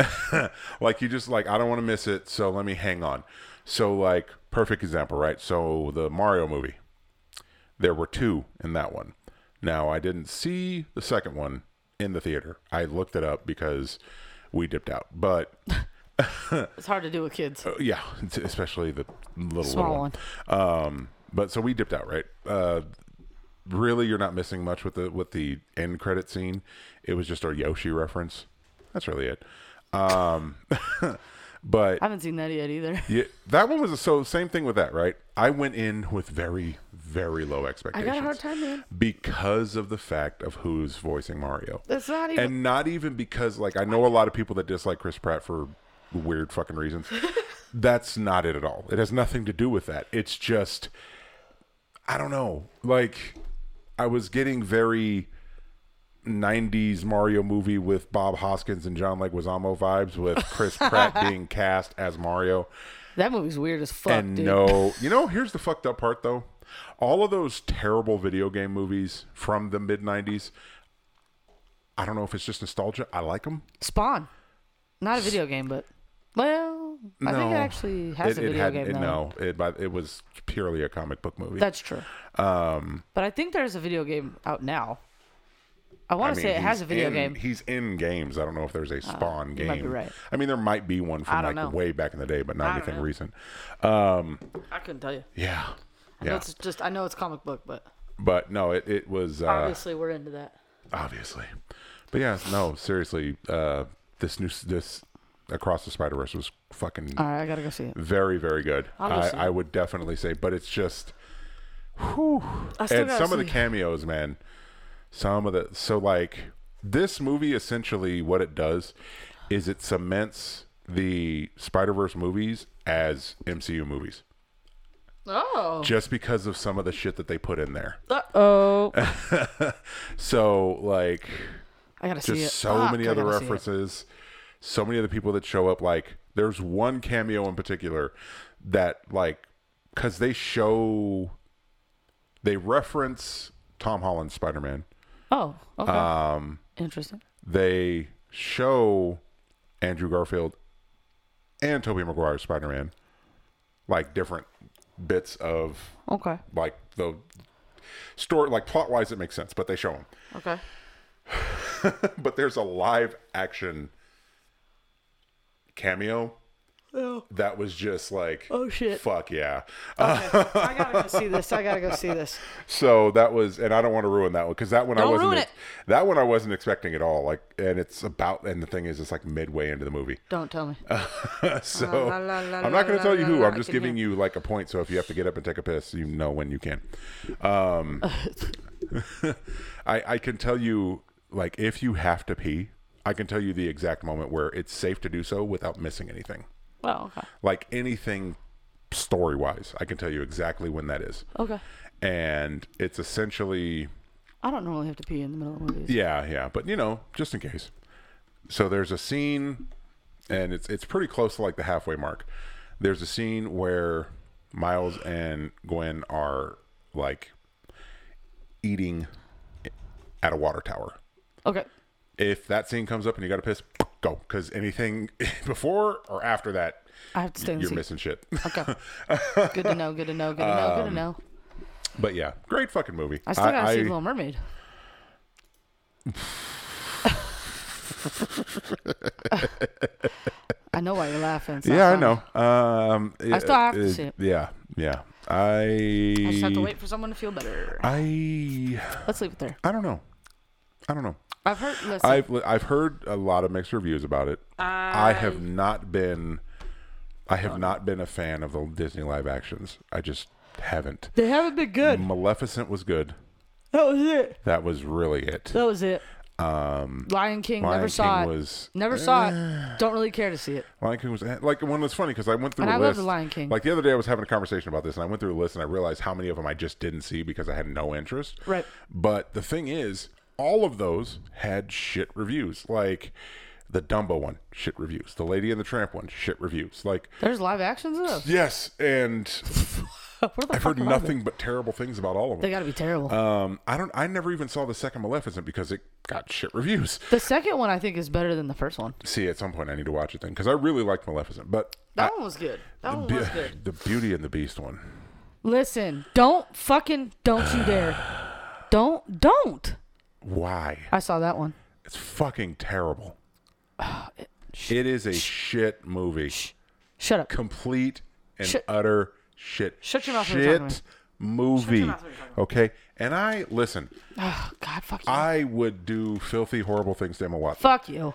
Speaker 1: like you just like I don't want to miss it, so let me hang on. So like perfect example, right? So the Mario movie, there were two in that one. Now I didn't see the second one in the theater. I looked it up because we dipped out, but.
Speaker 3: it's hard to do with kids.
Speaker 1: Uh, yeah, it's- especially the little
Speaker 3: Small
Speaker 1: little one. Um, but so we dipped out, right? Uh, really, you're not missing much with the with the end credit scene. It was just a Yoshi reference. That's really it. Um, but
Speaker 3: I haven't seen that yet either.
Speaker 1: yeah, that one was a, so same thing with that, right? I went in with very very low
Speaker 3: I
Speaker 1: expectations.
Speaker 3: got a hard time, man.
Speaker 1: because of the fact of who's voicing Mario
Speaker 3: That's not even.
Speaker 1: and not even because like I know a lot of people that dislike Chris Pratt for weird fucking reasons. That's not it at all. It has nothing to do with that. It's just I don't know. Like I was getting very 90s Mario movie with Bob Hoskins and John Leguizamo vibes with Chris Pratt being cast as Mario
Speaker 3: that movie's weird as fuck,
Speaker 1: and
Speaker 3: dude.
Speaker 1: no, you know, here's the fucked up part though. All of those terrible video game movies from the mid '90s. I don't know if it's just nostalgia. I like them.
Speaker 3: Spawn. Not a video game, but well, I think it
Speaker 1: No.
Speaker 3: actually has
Speaker 1: it,
Speaker 3: a
Speaker 1: it
Speaker 3: video
Speaker 1: had
Speaker 3: game
Speaker 1: it,
Speaker 3: though.
Speaker 1: no, it but it was purely a comic book movie.
Speaker 3: That's true.
Speaker 1: um,
Speaker 3: But I think there's a video game out now. I
Speaker 1: I
Speaker 3: want to
Speaker 1: mean,
Speaker 3: say it
Speaker 1: he's
Speaker 3: has a video
Speaker 1: in-
Speaker 3: game. Oh,
Speaker 1: He's in games. I don't know if there's a Spawn
Speaker 3: you
Speaker 1: game.
Speaker 3: might be right.
Speaker 1: I mean, there might be one
Speaker 3: I
Speaker 1: from like
Speaker 3: don't know.
Speaker 1: way back in the day, but not
Speaker 3: I don't
Speaker 1: anything
Speaker 3: know.
Speaker 1: recent. Um,
Speaker 3: I couldn't tell you.
Speaker 1: yeah,
Speaker 3: I know
Speaker 1: yeah.
Speaker 3: it's just I know it's comic book, but
Speaker 1: But no, it it was uh,
Speaker 3: obviously we're into that.
Speaker 1: obviously. But yeah, no, seriously, uh, this new this across the Spider Verse was fucking
Speaker 3: All right, I gotta go see it.
Speaker 1: very very good. I,
Speaker 3: Uh, Obviously.
Speaker 1: I would definitely say, but it's just
Speaker 3: I still
Speaker 1: and
Speaker 3: gotta
Speaker 1: some of the
Speaker 3: see-
Speaker 1: cameos, man. Some of the so like this movie essentially what it does is it cements the Spider Verse movies as MCU movies
Speaker 3: oh.
Speaker 1: just because of some of the shit that they put in there.
Speaker 3: Uh oh.
Speaker 1: So like
Speaker 3: I gotta see it.
Speaker 1: just so
Speaker 3: Fuck,
Speaker 1: many
Speaker 3: I
Speaker 1: other
Speaker 3: gotta Ah, see it.
Speaker 1: references, so many other people that show up. Like there's one cameo in particular that like because they show they reference Tom Holland's Spider Man.
Speaker 3: Oh, okay.
Speaker 1: Um,
Speaker 3: Interesting.
Speaker 1: they show Andrew Garfield and Tobey Maguire's Spider Man like different bits of
Speaker 3: Okay.
Speaker 1: like the story, like plot wise, it makes sense, but they show them.
Speaker 3: Okay.
Speaker 1: But there's a live action cameo
Speaker 3: Oh,
Speaker 1: that was just like,
Speaker 3: oh shit.
Speaker 1: fuck yeah.
Speaker 3: I gotta go see this. I gotta go see this.
Speaker 1: So that was, and I don't want to ruin that one because that one I
Speaker 3: Don't
Speaker 1: wasn't
Speaker 3: ruin it.
Speaker 1: that one I wasn't expecting at all. Like, and it's about, and the thing is, it's like midway into the movie.
Speaker 3: Don't tell me.
Speaker 1: so
Speaker 3: Ah, La, la, la,
Speaker 1: I'm
Speaker 3: la,
Speaker 1: not
Speaker 3: la,
Speaker 1: going to tell you
Speaker 3: la,
Speaker 1: who.
Speaker 3: la,
Speaker 1: I'm
Speaker 3: I
Speaker 1: just
Speaker 3: can
Speaker 1: giving you like a point. So if you have to get up and take a piss, you know when you can. Um, I I can tell you like if you have to pee, I can tell you the exact moment where it's safe to do so without missing anything,
Speaker 3: Well, okay.
Speaker 1: like anything story wise. I can tell you exactly when that is,
Speaker 3: Okay.
Speaker 1: and it's essentially
Speaker 3: I don't normally have to pee in the middle of movies.
Speaker 1: yeah, yeah, but you know, just in case. So there's a scene, and it's it's pretty close to like the halfway mark. There's a scene where Miles and Gwen are like eating at a water tower.
Speaker 3: Okay.
Speaker 1: If that scene comes up and you got to piss, go because anything before or after that,
Speaker 3: I have to stay in the
Speaker 1: you're
Speaker 3: seat.
Speaker 1: missing shit.
Speaker 3: Okay. good to know. Good to know. Good to know.
Speaker 1: Um,
Speaker 3: Good to know.
Speaker 1: but yeah, great fucking movie.
Speaker 3: I still gotta see Little Mermaid. I know why you're laughing. It's not
Speaker 1: yeah, I
Speaker 3: funny.
Speaker 1: know. Um, I
Speaker 3: still have to see it.
Speaker 1: Yeah, yeah. I.
Speaker 3: I just have to wait for someone to feel better.
Speaker 1: I
Speaker 3: Let's leave it there.
Speaker 1: I don't know. I don't know.
Speaker 3: I've heard. Listen,
Speaker 1: I've I've heard a lot of mixed reviews about it. I, have not been I have not been a fan of the Disney live actions. I just haven't.
Speaker 3: they haven't been
Speaker 1: Mm.
Speaker 3: good.
Speaker 1: Maleficent was good.
Speaker 3: That was it.
Speaker 1: That was really it.
Speaker 3: That was it.
Speaker 1: Um
Speaker 3: Lion King.
Speaker 1: Lion
Speaker 3: never
Speaker 1: King
Speaker 3: saw it.
Speaker 1: was eh.
Speaker 3: Never saw it. Don't really care to see it.
Speaker 1: Lion King was like one that's funny because I went through
Speaker 3: And
Speaker 1: a
Speaker 3: I love
Speaker 1: list.
Speaker 3: The Lion King.
Speaker 1: Like the other day, I was having a conversation about this, and I went through a list, and I realized how many of them I just didn't see because I had no interest.
Speaker 3: Right.
Speaker 1: But the thing is, all of those had shit reviews. Like the Dumbo one, shit reviews. The Lady and the Tramp one, shit reviews. Like
Speaker 3: There's live actions of those.
Speaker 1: yes, and
Speaker 3: Where the fuck
Speaker 1: I've heard
Speaker 3: am I been?
Speaker 1: nothing but terrible things about all of
Speaker 3: They
Speaker 1: them.
Speaker 3: gotta be terrible.
Speaker 1: um, I don't. I never even saw the second Maleficent because it got shit reviews.
Speaker 3: the second one I think is better than the first one.
Speaker 1: See, at some point, I need to watch it then because I really liked Maleficent, but.
Speaker 3: That one was good. That one was Oh, good.
Speaker 1: the Beauty and the Beast one.
Speaker 3: Listen, don't fucking don't you dare. Don't don't.
Speaker 1: Why?
Speaker 3: I saw that one.
Speaker 1: It's fucking terrible.
Speaker 3: Uh,
Speaker 1: It is a shit movie.
Speaker 3: Shut up.
Speaker 1: Complete and
Speaker 3: Shit.
Speaker 1: utter shit.
Speaker 3: Shut your mouth when you're
Speaker 1: Shit
Speaker 3: talking to
Speaker 1: movie.
Speaker 3: mouth when you're talking
Speaker 1: Okay. And I listen,
Speaker 3: Oh, God, fuck you.
Speaker 1: I would do filthy, horrible things to Emma Watson.
Speaker 3: fuck you.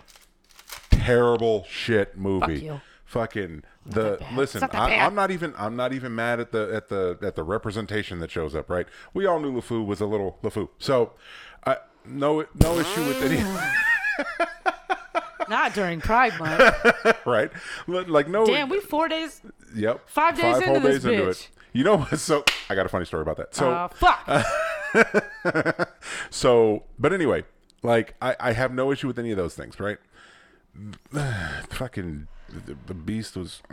Speaker 1: Terrible shit movie.
Speaker 3: you.
Speaker 1: Fucking the
Speaker 3: bad.
Speaker 1: listen.
Speaker 3: It's not that
Speaker 1: I,
Speaker 3: bad.
Speaker 1: I'm not even. I'm not even mad at the at the at the representation that shows up. Right. We all knew LeFou was a little LeFou. So, I no no issue with any.
Speaker 3: Not during Pride Month.
Speaker 1: Right. Like no.
Speaker 3: Damn, we four days.
Speaker 1: Yep.
Speaker 3: Five days into this bitch.
Speaker 1: You know what? So I got a funny story about that. So
Speaker 3: uh, fuck.
Speaker 1: so but anyway, like I, I have no issue with any of those things, right? Fucking the, the beast was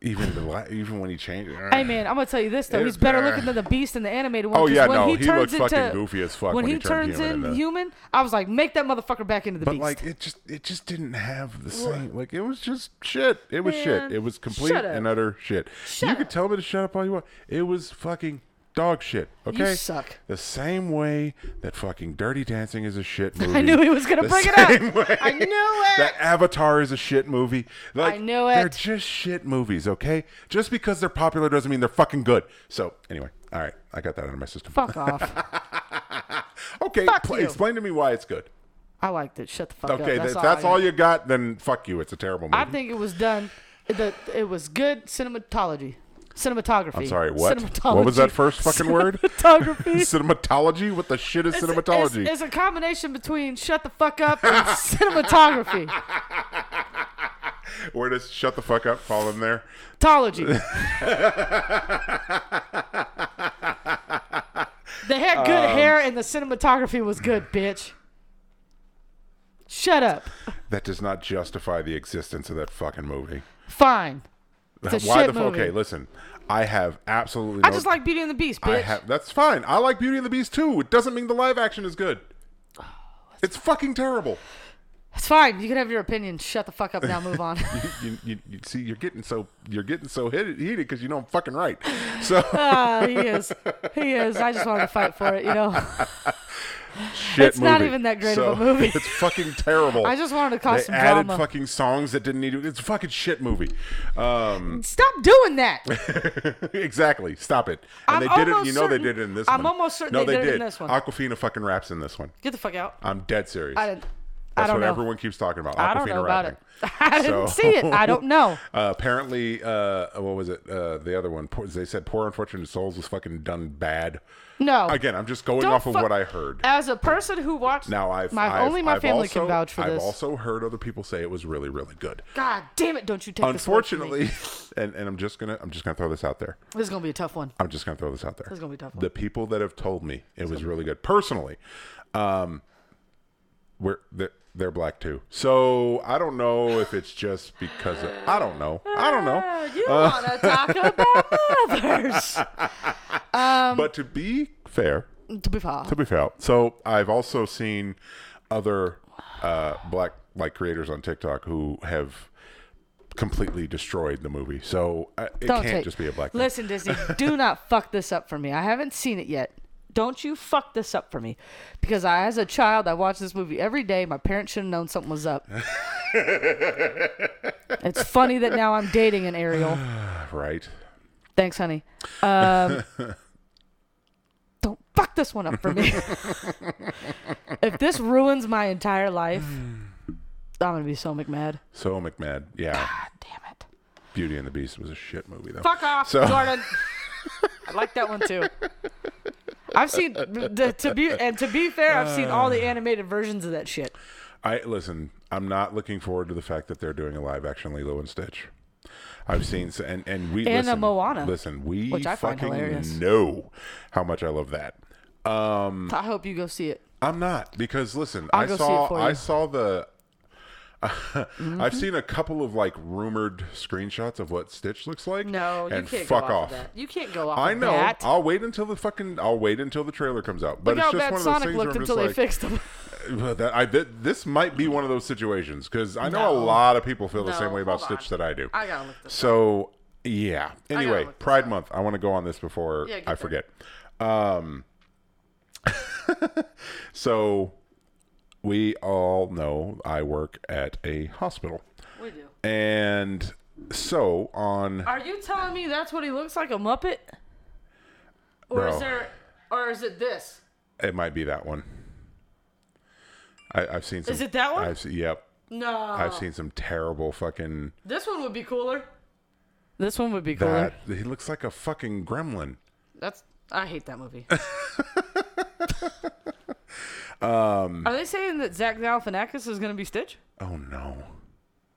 Speaker 1: Even the la- even when he changed.
Speaker 3: Hey man, I'm gonna tell you this though.
Speaker 1: It-
Speaker 3: He's better
Speaker 1: uh,
Speaker 3: looking than the Beast in the animated one.
Speaker 1: Oh
Speaker 3: 'cause
Speaker 1: yeah,
Speaker 3: when
Speaker 1: no,
Speaker 3: he,
Speaker 1: he,
Speaker 3: turns
Speaker 1: looked
Speaker 3: into,
Speaker 1: fucking goofy as fuck
Speaker 3: When,
Speaker 1: when,
Speaker 3: he,
Speaker 1: turned
Speaker 3: turns
Speaker 1: human.
Speaker 3: in
Speaker 1: the-
Speaker 3: human, I was like, make that motherfucker back into the
Speaker 1: but
Speaker 3: Beast.
Speaker 1: like it just it just didn't have the same like it was just shit. It was shit.
Speaker 3: Man,
Speaker 1: It was complete
Speaker 3: shut up.
Speaker 1: and utter shit.
Speaker 3: Shut
Speaker 1: you could
Speaker 3: up.
Speaker 1: tell me to shut up all you want. It was fucking dog shit. Okay,
Speaker 3: suck.
Speaker 1: The same way that fucking Dirty Dancing is a shit movie.
Speaker 3: I knew he was gonna
Speaker 1: The
Speaker 3: bring it up.
Speaker 1: same way
Speaker 3: I knew it.
Speaker 1: That Avatar is a shit movie. Like,
Speaker 3: knew
Speaker 1: They're
Speaker 3: it.
Speaker 1: just shit movies, okay? Just because they're popular doesn't mean they're fucking good. So anyway, all right, I got that out of my system.
Speaker 3: Fuck off.
Speaker 1: Okay,
Speaker 3: Fuck
Speaker 1: pl-
Speaker 3: you.
Speaker 1: explain to me why it's good.
Speaker 3: I liked it. Shut the fuck up.
Speaker 1: Okay,
Speaker 3: that's
Speaker 1: if
Speaker 3: all.
Speaker 1: that's
Speaker 3: I
Speaker 1: all
Speaker 3: got.
Speaker 1: you got, then fuck you. It's a terrible movie.
Speaker 3: I think it was done. The, it was good cinematology. Cinematography.
Speaker 1: I'm sorry, what?
Speaker 3: Cinematology.
Speaker 1: What was that first fucking word?
Speaker 3: Cinematography.
Speaker 1: Cinematology? What the shit is
Speaker 3: It's-
Speaker 1: cinematology?
Speaker 3: It's, it's a combination between shut the fuck up and cinematography.
Speaker 1: Where does shut the fuck up fall in there?
Speaker 3: Tology. they had good
Speaker 1: Um,
Speaker 3: hair and the cinematography was good, bitch. Shut up.
Speaker 1: That does not justify the existence of that fucking movie.
Speaker 3: Fine. It's a
Speaker 1: Why
Speaker 3: shit
Speaker 1: the fuck?
Speaker 3: movie.
Speaker 1: Okay, listen. I have absolutely.
Speaker 3: I
Speaker 1: no-
Speaker 3: just like Beauty and the Beast,
Speaker 1: I
Speaker 3: bitch.
Speaker 1: have. That's fine. I like Beauty and the Beast too. It doesn't mean the live action is good.
Speaker 3: Oh,
Speaker 1: It's fucking terrible.
Speaker 3: it's fine. You can have your opinion. Shut the fuck up now. Move on.
Speaker 1: You, you, you see, you're getting so you're getting so heated heated because you know I'm fucking right. So
Speaker 3: Ah, he is. He is. I just wanted to fight for it, you know.
Speaker 1: shit
Speaker 3: It's not
Speaker 1: movie.
Speaker 3: even that great
Speaker 1: So,
Speaker 3: of a movie.
Speaker 1: It's fucking terrible.
Speaker 3: I just wanted to cause
Speaker 1: they
Speaker 3: some
Speaker 1: added
Speaker 3: drama.
Speaker 1: fucking songs that didn't need to. It's a fucking shit movie. Um,
Speaker 3: Stop doing that.
Speaker 1: exactly. Stop it. And
Speaker 3: I'm
Speaker 1: they did it.
Speaker 3: almost
Speaker 1: You know
Speaker 3: certain-
Speaker 1: they did it in this
Speaker 3: I'm
Speaker 1: one.
Speaker 3: almost certain
Speaker 1: no,
Speaker 3: they
Speaker 1: they,
Speaker 3: did it
Speaker 1: did
Speaker 3: in this one.
Speaker 1: Aquafina fucking raps in this one.
Speaker 3: Get the fuck out.
Speaker 1: I'm dead serious.
Speaker 3: I didn't. I
Speaker 1: That's
Speaker 3: don't
Speaker 1: what
Speaker 3: know.
Speaker 1: everyone keeps talking about. Aquafina
Speaker 3: I don't know about
Speaker 1: rapping.
Speaker 3: it. I didn't see it. I don't know.
Speaker 1: Uh, apparently, uh, what was it? Uh, the other one. Poor, they said "Poor Unfortunate Souls" was fucking done bad.
Speaker 3: No.
Speaker 1: Again, I'm just going
Speaker 3: Oh. Don't
Speaker 1: off of
Speaker 3: fu-
Speaker 1: what I heard.
Speaker 3: As a person who watched,
Speaker 1: Now I've,
Speaker 3: my
Speaker 1: I've-
Speaker 3: only my
Speaker 1: I've
Speaker 3: family
Speaker 1: also,
Speaker 3: can vouch for
Speaker 1: I've
Speaker 3: this.
Speaker 1: also heard other people say it was really, really good.
Speaker 3: God damn it! Don't you take This, away
Speaker 1: Unfortunately, and, and I'm just gonna I'm just gonna throw this out there.
Speaker 3: from me. this is gonna be a tough one.
Speaker 1: I'm just gonna throw this out there. This
Speaker 3: is gonna be a tough one.
Speaker 1: The people that have told me it was really good personally, um, we're they're, they're black too. So I don't know if it's just because of, I don't know. I don't know.
Speaker 3: you wanna talk about mothers? Um,
Speaker 1: but to be fair,
Speaker 3: to be fair,
Speaker 1: to be fair, so I've also seen other uh, black like creators on TikTok who have completely destroyed the movie. So uh, it
Speaker 3: don't
Speaker 1: can't
Speaker 3: take.
Speaker 1: just be a black. thing.
Speaker 3: Listen, Disney, do not fuck this up for me. I haven't seen it yet. Don't you fuck this up for me, because I, as a child, I watched this movie every day. My parents should have known something was up. it's funny that now I'm dating an Ariel.
Speaker 1: right?
Speaker 3: Thanks, honey. Um, don't fuck this one up for me. if this ruins my entire life, I'm gonna be so McMad.
Speaker 1: So McMad, yeah.
Speaker 3: God damn it!
Speaker 1: Beauty and the Beast was a shit movie though.
Speaker 3: Fuck off,
Speaker 1: So-
Speaker 3: Jordan. I like that one too. I've seen the, to be and to be fair, I've seen all
Speaker 1: Uh.
Speaker 3: the animated versions of that shit.
Speaker 1: I listen. I'm not looking forward to the fact that they're doing a live action Lilo and Stitch. I've seen s- and and we
Speaker 3: And a
Speaker 1: listen,
Speaker 3: Moana,
Speaker 1: Listen, we
Speaker 3: which I find hilarious.
Speaker 1: fucking know how much I love that.
Speaker 3: I hope you go see it.
Speaker 1: I'm not because listen,
Speaker 3: I'll
Speaker 1: I
Speaker 3: go see it
Speaker 1: saw
Speaker 3: for
Speaker 1: I
Speaker 3: you.
Speaker 1: saw the. I've seen a couple of like rumored screenshots of what Stitch looks like.
Speaker 3: No,
Speaker 1: and
Speaker 3: you can't
Speaker 1: fuck
Speaker 3: go off,
Speaker 1: off.
Speaker 3: of that. You can't go off.
Speaker 1: I
Speaker 3: of
Speaker 1: know.
Speaker 3: That.
Speaker 1: I'll wait until the fucking. I'll wait until the trailer comes out. But
Speaker 3: Look
Speaker 1: it's
Speaker 3: how
Speaker 1: just one
Speaker 3: bad
Speaker 1: of those
Speaker 3: Sonic
Speaker 1: things where
Speaker 3: looked
Speaker 1: I'm just
Speaker 3: until they
Speaker 1: like,
Speaker 3: fixed him.
Speaker 1: Well, that I th- this might be one of those situations because I know a lot of people feel the
Speaker 3: No,
Speaker 1: same way about
Speaker 3: hold on.
Speaker 1: Stitch that I do.
Speaker 3: I gotta look this
Speaker 1: so yeah. Anyway,
Speaker 3: look this
Speaker 1: Pride Month. I want to go on this before
Speaker 3: Yeah, get
Speaker 1: I
Speaker 3: there.
Speaker 1: forget. Um, so we all know I work at a hospital,
Speaker 3: We do.
Speaker 1: and so on.
Speaker 3: Are you telling me that's what he looks like, a Muppet? Or
Speaker 1: Bro.
Speaker 3: is there or is it this?
Speaker 1: It might be that one. I, I've seen. Some,
Speaker 3: Is it that one? Oh.
Speaker 1: I've se- yep.
Speaker 3: No.
Speaker 1: I've seen some terrible fucking.
Speaker 3: this one would be cooler. This one would be cooler.
Speaker 1: That he looks like a fucking gremlin.
Speaker 3: That's I hate that movie. um Are they saying that Zach Galifianakis is going to be Stitch?
Speaker 1: Oh no.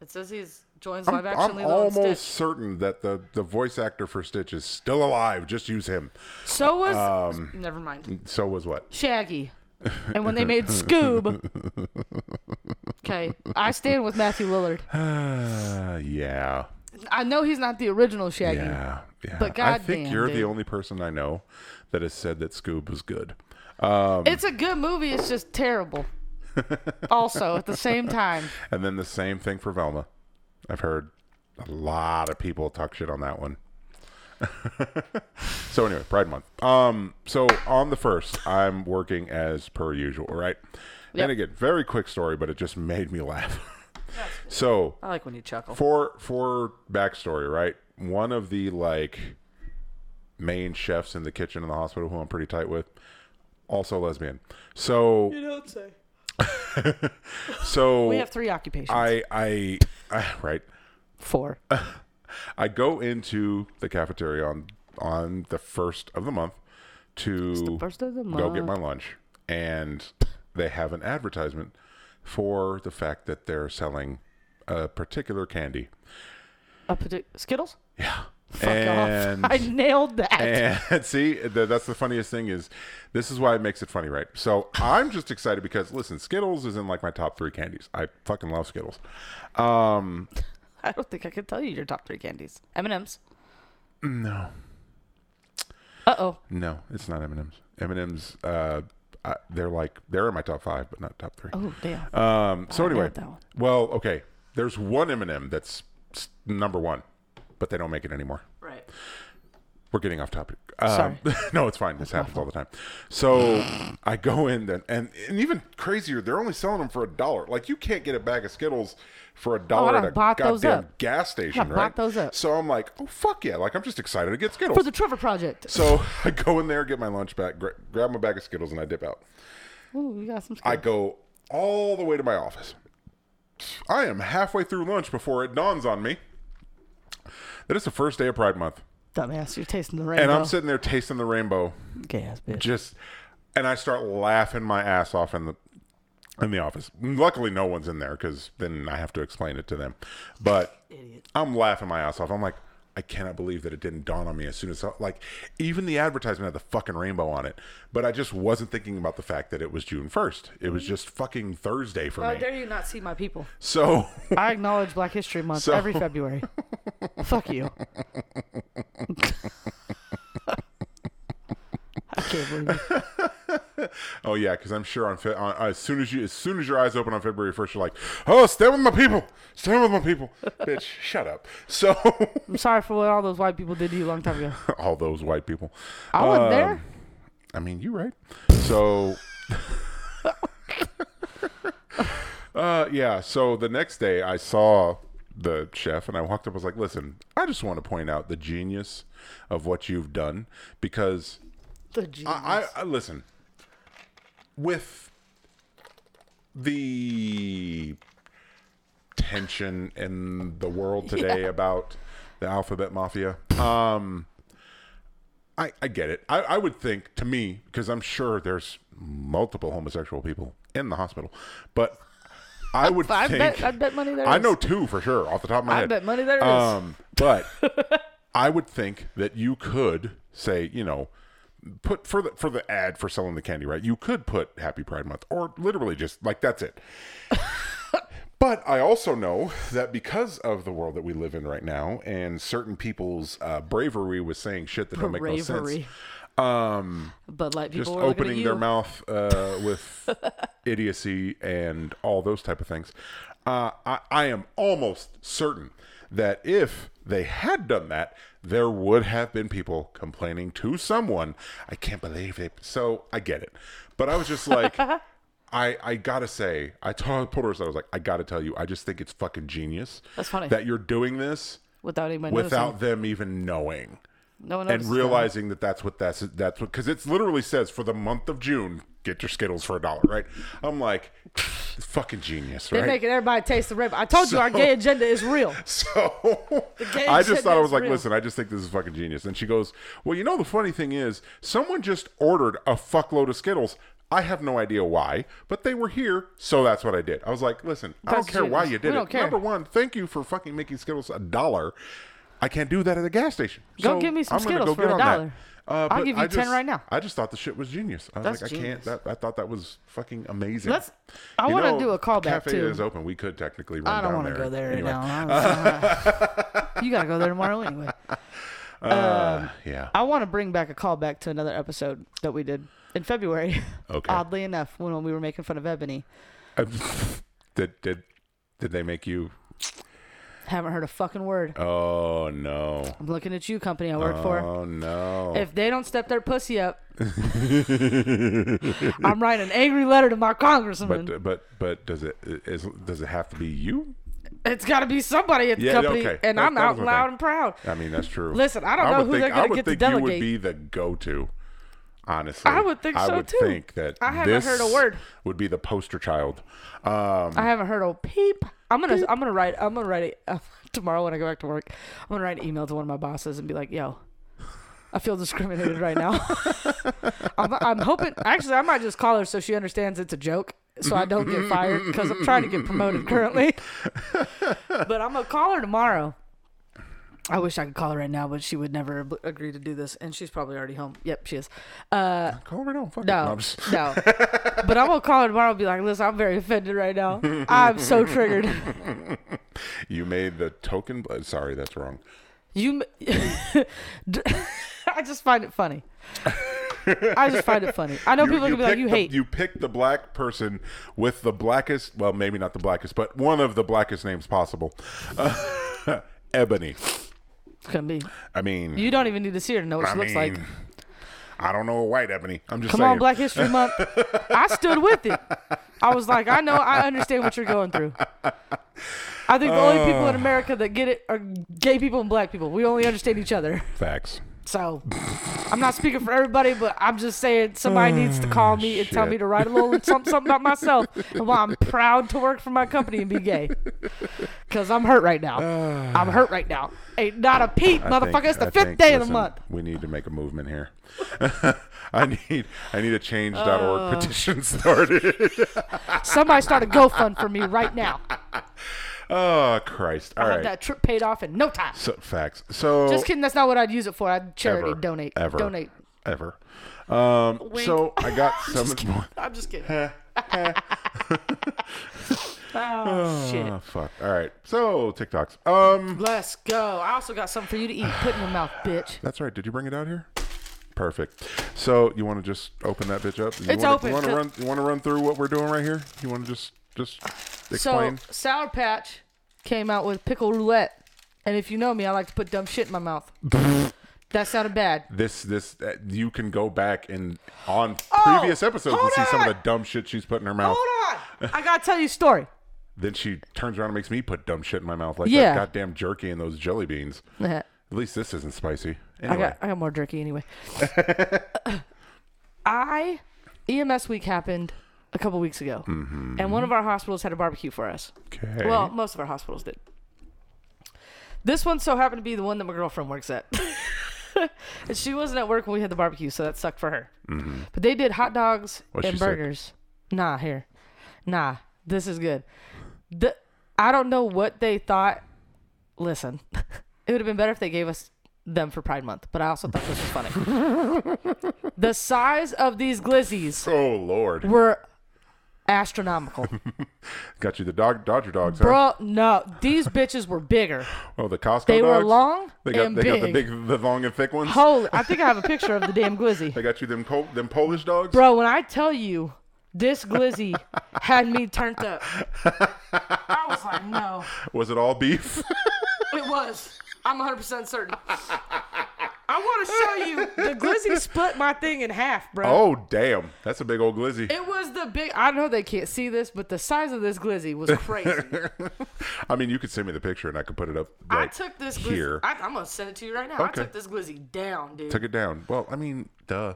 Speaker 3: It says he's joins
Speaker 1: I'm,
Speaker 3: live action
Speaker 1: I'm
Speaker 3: Lilo and
Speaker 1: almost
Speaker 3: Stitch.
Speaker 1: certain that the, the voice actor for Stitch is still alive. Just use him.
Speaker 3: So was
Speaker 1: um,
Speaker 3: never mind.
Speaker 1: So was what?
Speaker 3: Shaggy. And when they made Scoob. Okay. I stand with Matthew Lillard.
Speaker 1: Uh, yeah.
Speaker 3: I know he's not the original Shaggy.
Speaker 1: Yeah, yeah.
Speaker 3: But
Speaker 1: I think
Speaker 3: goddamn,
Speaker 1: you're the
Speaker 3: dude.
Speaker 1: only person I know that has said that Scoob was good.
Speaker 3: It's a good movie. It's just terrible. also, at the same time,
Speaker 1: And then the same thing for Velma. I've heard a lot of people talk shit on that one. so anyway, Pride Month. Um, so on the first, I'm working as per usual, right?
Speaker 3: Yep.
Speaker 1: And again, very quick story, but it just made me laugh. so
Speaker 3: I like when you chuckle.
Speaker 1: for for backstory, right? One of the like main chefs in the kitchen in the hospital, who I'm pretty tight with, also lesbian. So you don't say. so
Speaker 3: We have three occupations.
Speaker 1: I I I- right.
Speaker 3: Four.
Speaker 1: I go into the cafeteria on on the first of the month to
Speaker 3: first of the
Speaker 1: go get
Speaker 3: month.
Speaker 1: my lunch, and they have an advertisement for the fact that they're selling a particular candy.
Speaker 3: A partic- Skittles?
Speaker 1: Yeah.
Speaker 3: Fuck
Speaker 1: and,
Speaker 3: off. I nailed that.
Speaker 1: And see, th- that's the funniest thing is this is why it makes it funny, right? So I'm just excited because listen, Skittles is in like my top three candies. I fucking love Skittles. Um,
Speaker 3: I don't think I can tell you your top three candies. M&M's.
Speaker 1: no,
Speaker 3: Uh-oh.
Speaker 1: no, it's not M and M's. M and M's, uh, I, they're like they're in my top five, but not top three.
Speaker 3: Oh, damn.
Speaker 1: Um, so
Speaker 3: I
Speaker 1: anyway,
Speaker 3: love that one.
Speaker 1: well, okay, there's one M and M that's s- number one, but they don't make it anymore.
Speaker 3: right.
Speaker 1: We're getting off topic. Um,
Speaker 3: Sorry.
Speaker 1: no, it's fine. This happens all the time. So I go in then, and, and even crazier, they're only selling them for a dollar. Like you can't get a bag of Skittles for a dollar
Speaker 3: done
Speaker 1: at
Speaker 3: Oh,
Speaker 1: a
Speaker 3: bought those
Speaker 1: goddamn
Speaker 3: up.
Speaker 1: gas station,
Speaker 3: bought
Speaker 1: right?
Speaker 3: those up.
Speaker 1: So I'm like, oh fuck yeah! Like I'm just excited to get Skittles.
Speaker 3: For the Trevor Project.
Speaker 1: so I go in there, get my lunch back, gra- grab my bag of Skittles, and I dip out.
Speaker 3: Ooh, we got some
Speaker 1: I
Speaker 3: Skittles.
Speaker 1: go all the way to my office. I am halfway through lunch before it dawns on me that it's the first day of Pride Month.
Speaker 3: Dumbass, you're tasting the rainbow.
Speaker 1: And I'm sitting there tasting the rainbow,
Speaker 3: Gay ass bitch.
Speaker 1: just, and I start laughing my ass off in the in the office. Luckily, no one's in there because then I have to explain it to them. But I'm laughing my ass off. I'm like, I cannot believe that it didn't dawn on me as soon as like even the advertisement had the fucking rainbow on it. But I just wasn't thinking about the fact that it was June 1st. It was just fucking Thursday for
Speaker 3: How
Speaker 1: me.
Speaker 3: dare you not see my people?
Speaker 1: So
Speaker 3: I acknowledge Black History Month
Speaker 1: So-
Speaker 3: every February. Fuck you. I can't believe it.
Speaker 1: Oh yeah, because I'm sure on, Fe- on as soon as you as soon as your eyes open on February first, you're like, oh, stand with my people, stand with my people, bitch, shut up. So
Speaker 3: I'm sorry for what all those white people did to you a long time ago.
Speaker 1: all those white people.
Speaker 3: I wasn't
Speaker 1: Um,
Speaker 3: there.
Speaker 1: I mean, you right. So. uh yeah. So the next day, I saw the chef, and I walked up. I was like, listen, I just want to point out the genius of what you've done because
Speaker 3: The G.
Speaker 1: I, I, I listen with the tension in the world today about the alphabet mafia. Um, I I get it. I, I would think to me because I'm sure there's multiple homosexual people in the hospital, but I would
Speaker 3: I
Speaker 1: think
Speaker 3: bet- I bet money there
Speaker 1: I
Speaker 3: is.
Speaker 1: know two for sure off the top of my
Speaker 3: I
Speaker 1: head.
Speaker 3: bet money there is.
Speaker 1: Um, but I would think that you could say, you know, put for the for the ad for selling the candy, right? You could put Happy Pride Month, or literally just like that's it. but I also know that because of the world that we live in right now, and certain people's uh, bravery with saying shit that don't make no sense,
Speaker 3: Bravery.
Speaker 1: um,
Speaker 3: But like people
Speaker 1: just
Speaker 3: were looking at
Speaker 1: opening
Speaker 3: you.
Speaker 1: their mouth uh, with idiocy and all those type of things. Uh, I, I am almost certain that if they had done that, there would have been people complaining to someone. I can't believe they. So I get it, but I was just like. I, I gotta say, I told Porter, I was like, I gotta tell you, I just think it's fucking genius.
Speaker 3: That's funny.
Speaker 1: That you're doing this
Speaker 3: without anybody
Speaker 1: without
Speaker 3: noticing.
Speaker 1: them even knowing
Speaker 3: no one
Speaker 1: and
Speaker 3: notices
Speaker 1: realizing that that's what that's that's what because it literally says for the month of June, get your Skittles for a dollar, right? I'm like, fucking genius,
Speaker 3: They're
Speaker 1: right?
Speaker 3: making everybody taste the rainbow. I told you our gay agenda is real.
Speaker 1: so
Speaker 3: gay
Speaker 1: I just thought I
Speaker 3: agenda's
Speaker 1: was like,
Speaker 3: real.
Speaker 1: listen, I just think this is fucking genius. And she goes, well, you know, the funny thing is, someone just ordered a fuckload of Skittles. I have no idea why, but they were here, so that's what I did. I was like, listen, I don't
Speaker 3: That's
Speaker 1: care why
Speaker 3: genius.
Speaker 1: you
Speaker 3: We
Speaker 1: did
Speaker 3: don't
Speaker 1: it.
Speaker 3: care.
Speaker 1: Number one, thank you for fucking making Skittles a dollar. I can't do that at a gas station.
Speaker 3: Go
Speaker 1: so
Speaker 3: give me some
Speaker 1: I'm gonna
Speaker 3: Skittles
Speaker 1: go
Speaker 3: for
Speaker 1: get
Speaker 3: a
Speaker 1: on that.
Speaker 3: dollar.
Speaker 1: Uh,
Speaker 3: I'll
Speaker 1: but
Speaker 3: give you
Speaker 1: I
Speaker 3: 10
Speaker 1: just-
Speaker 3: right now.
Speaker 1: I just thought the shit was genius. I was
Speaker 3: That's
Speaker 1: like, I can't.
Speaker 3: genius.
Speaker 1: That, I thought that was fucking amazing.
Speaker 3: Let's. I
Speaker 1: You
Speaker 3: want to
Speaker 1: know,
Speaker 3: do a callback
Speaker 1: Cafe
Speaker 3: too.
Speaker 1: is open. We could technically run
Speaker 3: I don't
Speaker 1: down
Speaker 3: want
Speaker 1: there.
Speaker 3: to go there
Speaker 1: anyway.
Speaker 3: right now. I'm- you gotta go there tomorrow anyway.
Speaker 1: Uh, yeah.
Speaker 3: I want to bring back a callback to another episode that we did in February.
Speaker 1: Okay.
Speaker 3: Oddly enough, when we were making fun of Ebony,
Speaker 1: did did did they make you?
Speaker 3: haven't heard a fucking word.
Speaker 1: Oh no.
Speaker 3: I'm looking at you, company I work for.
Speaker 1: Oh no.
Speaker 3: If they don't step their pussy up, I'm writing an angry letter to my congressman.
Speaker 1: but uh, but but does it is does it have to be you?
Speaker 3: it's got to be somebody at the
Speaker 1: Yeah,
Speaker 3: company,
Speaker 1: okay.
Speaker 3: and
Speaker 1: That-
Speaker 3: I'm
Speaker 1: that
Speaker 3: out
Speaker 1: was my
Speaker 3: loud
Speaker 1: thing.
Speaker 3: and proud.
Speaker 1: I mean that's true.
Speaker 3: Listen, I don't know
Speaker 1: would
Speaker 3: who
Speaker 1: think,
Speaker 3: they're gonna
Speaker 1: I would
Speaker 3: get to
Speaker 1: think you would
Speaker 3: delegate.
Speaker 1: be the go-to. Honestly,
Speaker 3: I would think
Speaker 1: I
Speaker 3: so,
Speaker 1: would
Speaker 3: too.
Speaker 1: think that
Speaker 3: I haven't
Speaker 1: this
Speaker 3: heard a word.
Speaker 1: Would be the poster child. Um,
Speaker 3: I haven't heard a peep. I'm gonna I'm gonna write I'm gonna write a, tomorrow when I go back to work. I'm gonna write an email to one of my bosses and be like, "Yo, I feel discriminated right now." I'm, I'm hoping actually I might just call her so she understands it's a joke, so I don't get fired because I'm trying to get promoted currently. but I'm gonna call her tomorrow. I wish I could call her right now, but she would never ab- agree to do this, and she's probably already home. Yep, she is. Uh,
Speaker 1: call her down. Fuck it.
Speaker 3: no,
Speaker 1: I'm just-
Speaker 3: no. But I'm gonna call her tomorrow and be like, "Listen, I'm very offended right now. I'm so triggered.
Speaker 1: You made the token. bl- Sorry, that's wrong.
Speaker 3: You, m- D- I just find it funny. I just find it funny. I know people are gonna be like,
Speaker 1: picked
Speaker 3: you
Speaker 1: the,
Speaker 3: hate.
Speaker 1: You picked the black person with the blackest. Well, maybe not the blackest, but one of the blackest names possible. Uh, Ebony.
Speaker 3: it's gonna be.
Speaker 1: I mean,
Speaker 3: You don't even need to see her to know what
Speaker 1: I
Speaker 3: she looks like.
Speaker 1: mean, I don't know a white Ebony. I'm just
Speaker 3: Come
Speaker 1: saying.
Speaker 3: on, Black History Month. I stood with it. I was like, I know, I understand what you're going through. I think the only people
Speaker 1: Uh.
Speaker 3: in America that get it are gay people and black people. We only understand each other.
Speaker 1: Facts.
Speaker 3: So I'm not speaking for everybody, but I'm just saying somebody needs to call me and tell me
Speaker 1: Mm, shit.
Speaker 3: to write a little something, something about myself and why I'm proud to work for my company and be gay. Because I'm hurt right now. I'm hurt right now. Ain't not a peep,
Speaker 1: Ah. I
Speaker 3: motherfucker.
Speaker 1: think-
Speaker 3: it's the
Speaker 1: I
Speaker 3: fifth
Speaker 1: think,
Speaker 3: day of
Speaker 1: listen,
Speaker 3: the month.
Speaker 1: We need to make a movement here. I need I need a
Speaker 3: Oh.
Speaker 1: change.org petition started.
Speaker 3: Somebody start a GoFund for me right now.
Speaker 1: oh Christ! All
Speaker 3: Have
Speaker 1: right.
Speaker 3: that trip paid off in no time.
Speaker 1: So, facts. So
Speaker 3: Just kidding. That's not what I'd use it for. I'd charity
Speaker 1: ever,
Speaker 3: donate.
Speaker 1: ever
Speaker 3: Donate.
Speaker 1: ever. Um,
Speaker 3: Wink.
Speaker 1: so I got some. more-
Speaker 3: I'm just kidding. oh, shit.
Speaker 1: Oh, fuck. All right. So TikToks. Um,
Speaker 3: Let's go. I also got something for you to eat. Put in your mouth, bitch.
Speaker 1: that's right. Did you bring it out here? Perfect. So you want to just open that bitch up? You
Speaker 3: It's
Speaker 1: wanna,
Speaker 3: open.
Speaker 1: You want to
Speaker 3: Go-
Speaker 1: run? You want to run through what we're doing right here? You want to just just explain?
Speaker 3: So Sour Patch came out with pickle roulette, and if you know me, I like to put dumb shit in my mouth. that sounded bad.
Speaker 1: this this uh, you can go back and on
Speaker 3: Oh,
Speaker 1: previous episodes and
Speaker 3: hold
Speaker 1: see some of
Speaker 3: on.
Speaker 1: the dumb shit she's put in her mouth.
Speaker 3: Hold on, I gotta tell you a story.
Speaker 1: Then she turns around and makes me put dumb shit in my mouth like
Speaker 3: Yeah.
Speaker 1: that goddamn jerky and those jelly beans.
Speaker 3: I
Speaker 1: At least this isn't spicy. Anyway,
Speaker 3: got I got more jerky anyway. I EMS week happened a couple weeks ago, and one of our hospitals had a barbecue for us.
Speaker 1: okay.
Speaker 3: Well, most of our hospitals did. This one so happened to be the one that my girlfriend works at. and she wasn't at work when we had the barbecue, so that sucked for her. But they did hot dogs
Speaker 1: What'd
Speaker 3: and
Speaker 1: she say?
Speaker 3: burgers. Nah, here. Nah, this is good. The, I don't know what they thought. Listen, it would have been better if they gave us them for Pride Month, but I also thought this was funny. the size of these glizzies
Speaker 1: oh lord,
Speaker 3: were astronomical.
Speaker 1: got you the dog Dodger dogs, huh?
Speaker 3: Bro, no, these bitches were bigger.
Speaker 1: Oh, the Costco
Speaker 3: They were
Speaker 1: dogs?
Speaker 3: long
Speaker 1: They got
Speaker 3: and
Speaker 1: they got the
Speaker 3: big.
Speaker 1: big, the long and thick ones.
Speaker 3: Holy, I think I have a picture of the damn
Speaker 1: They
Speaker 3: glizzy.
Speaker 1: got you them Col- them Polish dogs.
Speaker 3: Bro, when I tell you this glizzy had me turned up, I was like, no,
Speaker 1: Was it all beef?
Speaker 3: it was. I'm 100% certain. I want to show you the glizzy split my thing in half, bro.
Speaker 1: oh damn, that's a big old glizzy.
Speaker 3: It was the big. I know they can't see this, but the size of this glizzy was crazy.
Speaker 1: I mean, you could send me the picture and I could put it up.
Speaker 3: I
Speaker 1: Like,
Speaker 3: took this glizzy.
Speaker 1: here.
Speaker 3: I, I'm gonna send it to you right now.
Speaker 1: Okay.
Speaker 3: I took this glizzy down, dude.
Speaker 1: took it down. Well, I mean, duh.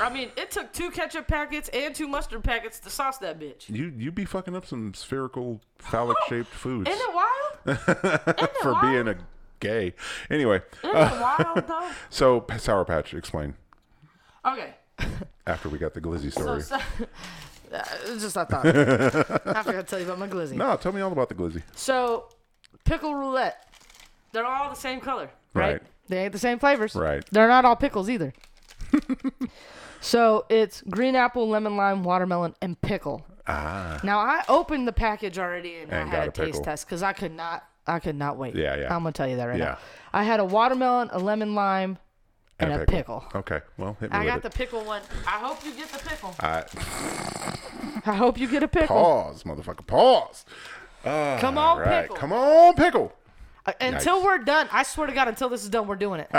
Speaker 3: I mean, it took two ketchup packets and two mustard packets to sauce that bitch.
Speaker 1: You you be fucking up some spherical phallic shaped foods
Speaker 3: Isn't it wild?
Speaker 1: for
Speaker 3: wild?
Speaker 1: being a gay. Anyway,
Speaker 3: Isn't it wild though?
Speaker 1: so P- Sour Patch, explain
Speaker 3: Okay.
Speaker 1: after we got the glizzy
Speaker 3: So,
Speaker 1: story.
Speaker 3: so it's just I thought. I forgot to tell you about my glizzy.
Speaker 1: no, tell me all about the glizzy.
Speaker 3: So pickle roulette.
Speaker 2: They're all the same color.
Speaker 3: right?
Speaker 1: Right.
Speaker 3: They ain't the same flavors.
Speaker 1: Right.
Speaker 3: They're not all pickles either. so it's green apple, lemon lime, watermelon, and pickle. Ah. Now I opened the package already and,
Speaker 1: And
Speaker 3: I had
Speaker 1: got
Speaker 3: a,
Speaker 1: a
Speaker 3: taste
Speaker 1: pickle.
Speaker 3: test because I could not. I could not wait.
Speaker 1: Yeah, yeah.
Speaker 3: I'm gonna tell you that right
Speaker 1: Yeah.
Speaker 3: now. I had a watermelon, a lemon lime, and, a pickle.
Speaker 1: Okay. Well, hit me
Speaker 3: I
Speaker 1: with
Speaker 3: got
Speaker 1: it.
Speaker 3: the pickle one. I hope you get the pickle.
Speaker 1: I-
Speaker 3: I hope you get a pickle.
Speaker 1: pause, motherfucker. Pause.
Speaker 3: Come on,
Speaker 1: All right.
Speaker 3: pickle.
Speaker 1: Come on, pickle.
Speaker 3: Uh, Until
Speaker 1: Yikes.
Speaker 3: we're done, I swear to God, until this is done, we're doing it.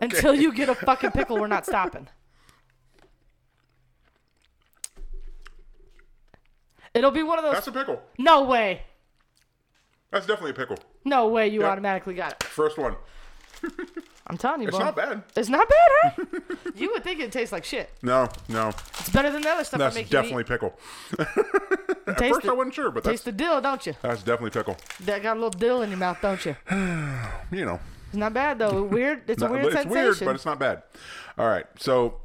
Speaker 3: Until you get a fucking pickle, we're not stopping. It'll be one of those.
Speaker 1: That's a pickle.
Speaker 3: no way.
Speaker 1: That's definitely a pickle.
Speaker 3: No way you
Speaker 1: Yep.
Speaker 3: automatically got it.
Speaker 1: First one.
Speaker 3: I'm telling you,
Speaker 1: It's
Speaker 3: boy.
Speaker 1: not bad.
Speaker 3: It's not bad, huh? you would think it tastes like shit.
Speaker 1: No, no.
Speaker 3: It's better than the other stuff
Speaker 1: That's
Speaker 3: I make
Speaker 1: definitely
Speaker 3: you
Speaker 1: pickle.
Speaker 3: eat.
Speaker 1: At
Speaker 3: Taste
Speaker 1: first,
Speaker 3: the-
Speaker 1: I wasn't sure, but that's,
Speaker 3: Taste the dill, don't you?
Speaker 1: that's definitely pickle.
Speaker 3: That got a little dill in your mouth, don't you?
Speaker 1: You know,
Speaker 3: It's not bad though. Weird. It's a
Speaker 1: not-
Speaker 3: weird
Speaker 1: it's
Speaker 3: sensation.
Speaker 1: weird, but it's not bad. All right. So,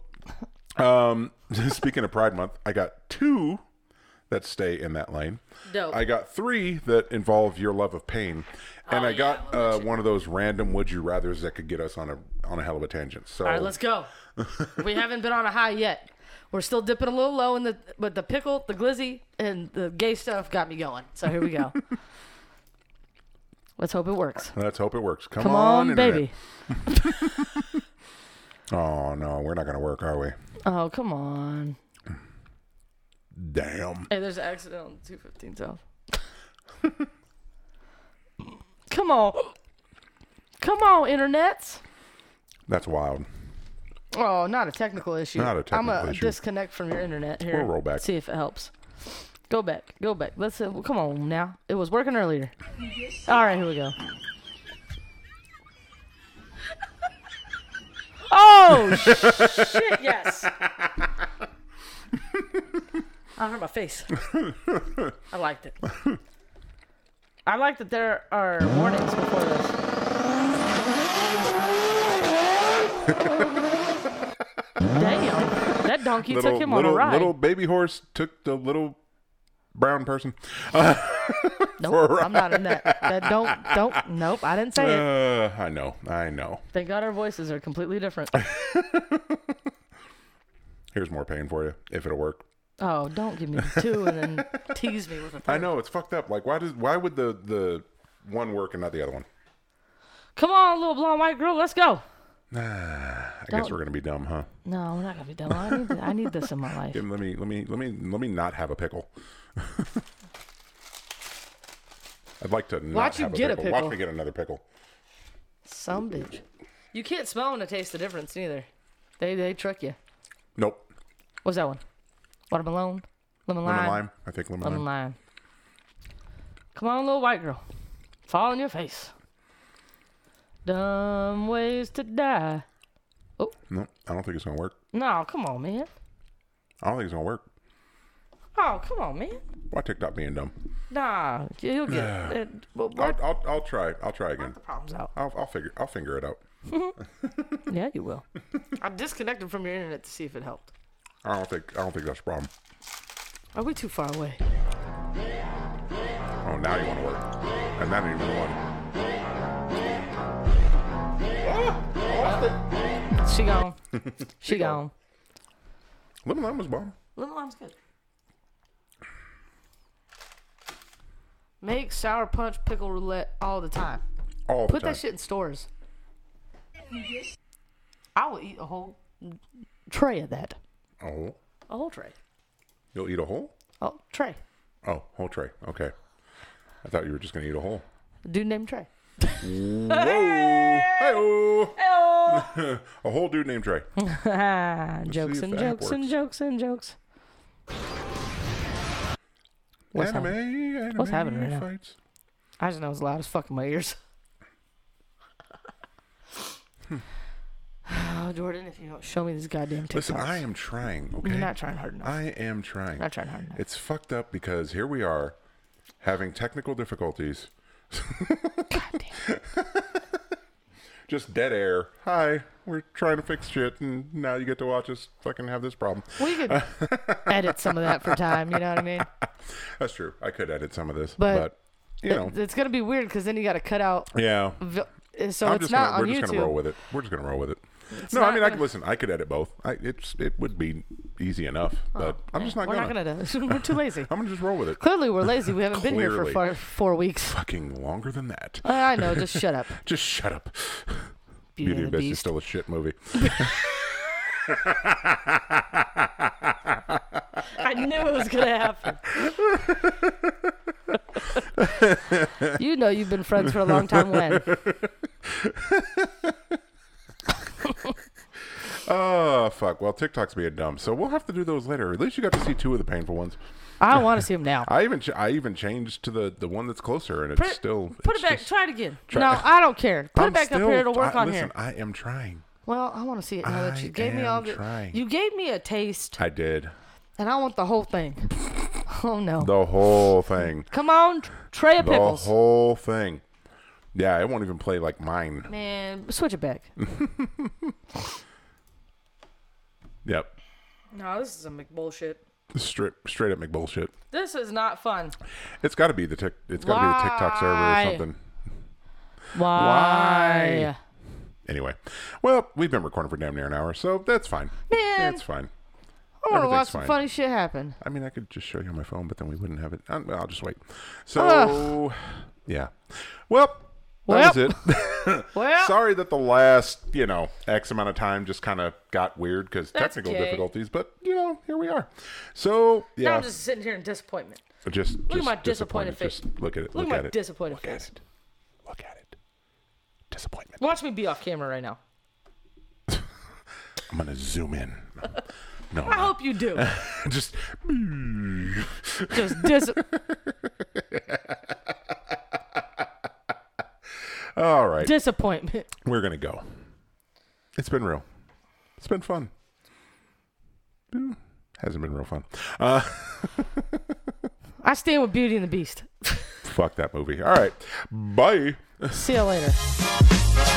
Speaker 1: um, speaking of Pride Month, I got two that stay in that lane.
Speaker 2: Dope.
Speaker 1: I got three that involve your love of pain, and
Speaker 2: Oh,
Speaker 1: I
Speaker 2: yeah,
Speaker 1: got
Speaker 2: well,
Speaker 1: uh, one of those random "Would you rather"s that could get us on a on a hell of a tangent. So
Speaker 2: All right, let's go.
Speaker 3: we haven't been on a high yet. We're still dipping a little low in the but the pickle, the glizzy, and the gay stuff got me going. So here we go. Let's hope it works.
Speaker 1: Let's hope it works. Come,
Speaker 3: Come
Speaker 1: on,
Speaker 3: on,
Speaker 1: internet.
Speaker 3: baby.
Speaker 1: Oh no, we're not gonna work, are we?
Speaker 3: Oh, come on.
Speaker 1: Damn.
Speaker 3: Hey, there's an accident on the 215 South. come on. Come on, internets.
Speaker 1: That's wild.
Speaker 3: Oh, not a technical issue.
Speaker 1: Not a technical
Speaker 3: I'm gonna
Speaker 1: issue.
Speaker 3: disconnect from your internet here.
Speaker 1: We'll roll back.
Speaker 3: See if it helps. Go back. Go back. Let's uh, come on now. It was working earlier. All right, here we go. Oh shit! Yes. I hurt my face. I liked it. I like that there are warnings before this. Damn, that donkey
Speaker 1: little
Speaker 3: took him
Speaker 1: little,
Speaker 3: on a ride.
Speaker 1: little baby horse took the little brown person.
Speaker 3: Nope, I'm not in that. That don't don't. Nope, I didn't say it.
Speaker 1: Uh, I know. I know.
Speaker 3: Thank God our voices are completely different.
Speaker 1: Here's more pain for you if it'll work.
Speaker 3: Oh, don't give me two and then tease me with a
Speaker 1: I
Speaker 3: third.
Speaker 1: know it's fucked up. Like why does why would the the one work and not the other one?
Speaker 3: Come on, little blonde white girl, let's go.
Speaker 1: I guess we're gonna be dumb, huh?
Speaker 3: No, we're not gonna be dumb. I need th- I need this in my life.
Speaker 1: Give- Let me let me let me let me not have a pickle. I'd like to not
Speaker 3: Watch you
Speaker 1: have
Speaker 3: get a
Speaker 1: a, pickle.
Speaker 3: pickle.
Speaker 1: Watch me get another pickle.
Speaker 3: Some bitch. You can't smell and taste the difference neither. They they trick you.
Speaker 1: Nope.
Speaker 3: What's that one? Watermelon, lemon lime,
Speaker 1: Lemon lime. I think lemon,
Speaker 3: lemon
Speaker 1: lime.
Speaker 3: lime. Come on, little white girl, fall in your face. Dumb ways to die.
Speaker 1: No, I don't think it's gonna work.
Speaker 3: No, come on, man.
Speaker 1: I don't think it's gonna work.
Speaker 3: Oh, come on, man.
Speaker 1: Why TikTok being dumb?
Speaker 3: Nah, you'll get it. Well,
Speaker 1: I'll,
Speaker 3: work
Speaker 1: I'll, I'll try. I'll try again.
Speaker 3: the problems out.
Speaker 1: I'll, I'll figure. I'll figure it out.
Speaker 3: Yeah, you will. I'm disconnected from your internet to see if it helped.
Speaker 1: I don't think. I don't think that's a problem.
Speaker 3: Are we too far away?
Speaker 1: Oh, now you want to work, and that ain't even the one.
Speaker 3: She gone. She gone.
Speaker 1: Lemon lime was bomb.
Speaker 2: Lemon lime's good.
Speaker 3: Make sour punch pickle roulette all the time.
Speaker 1: All the
Speaker 3: Put
Speaker 1: time.
Speaker 3: that shit in stores. I will eat a whole tray of that.
Speaker 1: Oh,
Speaker 3: A whole tray.
Speaker 1: you'll eat a whole.
Speaker 3: Oh, tray.
Speaker 1: Oh, whole tray. Okay. I thought you were just gonna eat a whole.
Speaker 3: Dude named Trey.
Speaker 1: Hey-oh. a whole dude named Trey.
Speaker 3: jokes
Speaker 1: if
Speaker 3: and
Speaker 1: the app
Speaker 3: jokes and
Speaker 1: works.
Speaker 3: jokes and jokes. What's
Speaker 1: anime,
Speaker 3: happening?
Speaker 1: anime
Speaker 3: What's happening right now?
Speaker 1: fights.
Speaker 3: I just know it's loud as fuck in my ears. oh, Jordan, if you don't show me these goddamn TikToks.
Speaker 1: Listen, I am trying. Okay.
Speaker 3: You're not trying hard enough.
Speaker 1: I am trying.
Speaker 3: Not trying hard enough.
Speaker 1: It's fucked up because here we are having technical difficulties. Just dead air. Hi, we're trying to fix shit, and now you get to watch us fucking have this problem.
Speaker 3: We could edit some of that for time, you know what I mean?
Speaker 1: That's true. I could edit some of this,
Speaker 3: But,
Speaker 1: but, you know,
Speaker 3: It's gonna be weird because then you got to cut out.
Speaker 1: yeah.
Speaker 3: vi- eh, So
Speaker 1: I'm
Speaker 3: it's
Speaker 1: just
Speaker 3: not
Speaker 1: gonna, we're
Speaker 3: on
Speaker 1: just gonna
Speaker 3: YouTube.
Speaker 1: roll with it. We're just gonna roll with it. no, I
Speaker 3: not
Speaker 1: mean, I
Speaker 3: gonna-
Speaker 1: could listen. I could edit both. I, it's it would be easy enough, but I'm just not
Speaker 3: Oh, we're
Speaker 1: gonna.
Speaker 3: not gonna. do it. we're too lazy.
Speaker 1: I'm gonna just roll with it.
Speaker 3: Clearly, we're lazy. We haven't been here for
Speaker 1: Clearly.
Speaker 3: four, four weeks.
Speaker 1: Fucking longer than that.
Speaker 3: I know. Just shut up.
Speaker 1: Just shut up.
Speaker 3: Beauty,
Speaker 1: Beauty
Speaker 3: and the
Speaker 1: Beast is
Speaker 3: Beast.
Speaker 1: still a shit movie.
Speaker 3: I knew it was gonna happen. you know you've been friends for a long time when
Speaker 1: Oh fuck. Well, TikTok's being dumb, so we'll have to do those later. At least you got to see two of the painful ones.
Speaker 3: I want to see him now.
Speaker 1: I even ch- I even changed to the the one that's closer, and it's
Speaker 3: Put it-
Speaker 1: still
Speaker 3: Put
Speaker 1: it's
Speaker 3: it back.
Speaker 1: just-
Speaker 3: Try it again.
Speaker 1: Try-
Speaker 3: No, I don't care. Put
Speaker 1: I'm
Speaker 3: it back
Speaker 1: still-
Speaker 3: up here. It'll work
Speaker 1: I,
Speaker 3: on here.
Speaker 1: listen, I am trying.
Speaker 3: Well, I want to see it now that
Speaker 1: I
Speaker 3: you gave me all
Speaker 1: am
Speaker 3: the.
Speaker 1: trying.
Speaker 3: You gave me a taste,
Speaker 1: I did
Speaker 3: and I want the whole thing. Oh no!
Speaker 1: the whole thing.
Speaker 3: Come on, tray of
Speaker 1: The
Speaker 3: pickles.
Speaker 1: whole thing. Yeah, it won't even play like mine.
Speaker 3: Man, switch it back.
Speaker 1: Yep.
Speaker 3: no, this is a McBullshit.
Speaker 1: Straight straight up McBullshit.
Speaker 3: This is not fun.
Speaker 1: It's got to be the tic, it's got to be the TikTok server or
Speaker 3: Why?
Speaker 1: something.
Speaker 3: Why?
Speaker 1: Anyway, well, we've been recording for damn near an hour, so that's fine.
Speaker 3: Man.
Speaker 1: That's fine.
Speaker 3: I want to
Speaker 1: Everything's
Speaker 3: watch some
Speaker 1: fine.
Speaker 3: funny shit happen.
Speaker 1: I mean, I could just show you on my phone, but then we wouldn't have it. i I'll just wait. So,
Speaker 3: Ah.
Speaker 1: yeah. Well, that was it.
Speaker 3: Well,
Speaker 1: Sorry that the last, you know, X amount of time just kind of got weird because
Speaker 3: That's
Speaker 1: technical
Speaker 3: okay.
Speaker 1: difficulties, but, you know, here we are. So, yeah.
Speaker 3: now I'm just sitting here in disappointment.
Speaker 1: just, just
Speaker 3: at my disappointed face.
Speaker 1: Just look at
Speaker 3: Look,
Speaker 1: it. Look,
Speaker 3: at my
Speaker 1: at it.
Speaker 3: disappointed
Speaker 1: look
Speaker 3: face.
Speaker 1: at it. Look at it. Disappointment.
Speaker 3: Watch me be off camera right now.
Speaker 1: I'm going to zoom in. No,
Speaker 3: I
Speaker 1: no.
Speaker 3: hope you do.
Speaker 1: just
Speaker 3: Just dis.
Speaker 1: all right.
Speaker 3: disappointment.
Speaker 1: We're gonna go. It's been real. It's been fun. Mm, Hasn't been real fun. Uh,
Speaker 3: I stand with Beauty and the Beast.
Speaker 1: fuck that movie. All right. Bye.
Speaker 3: See you later.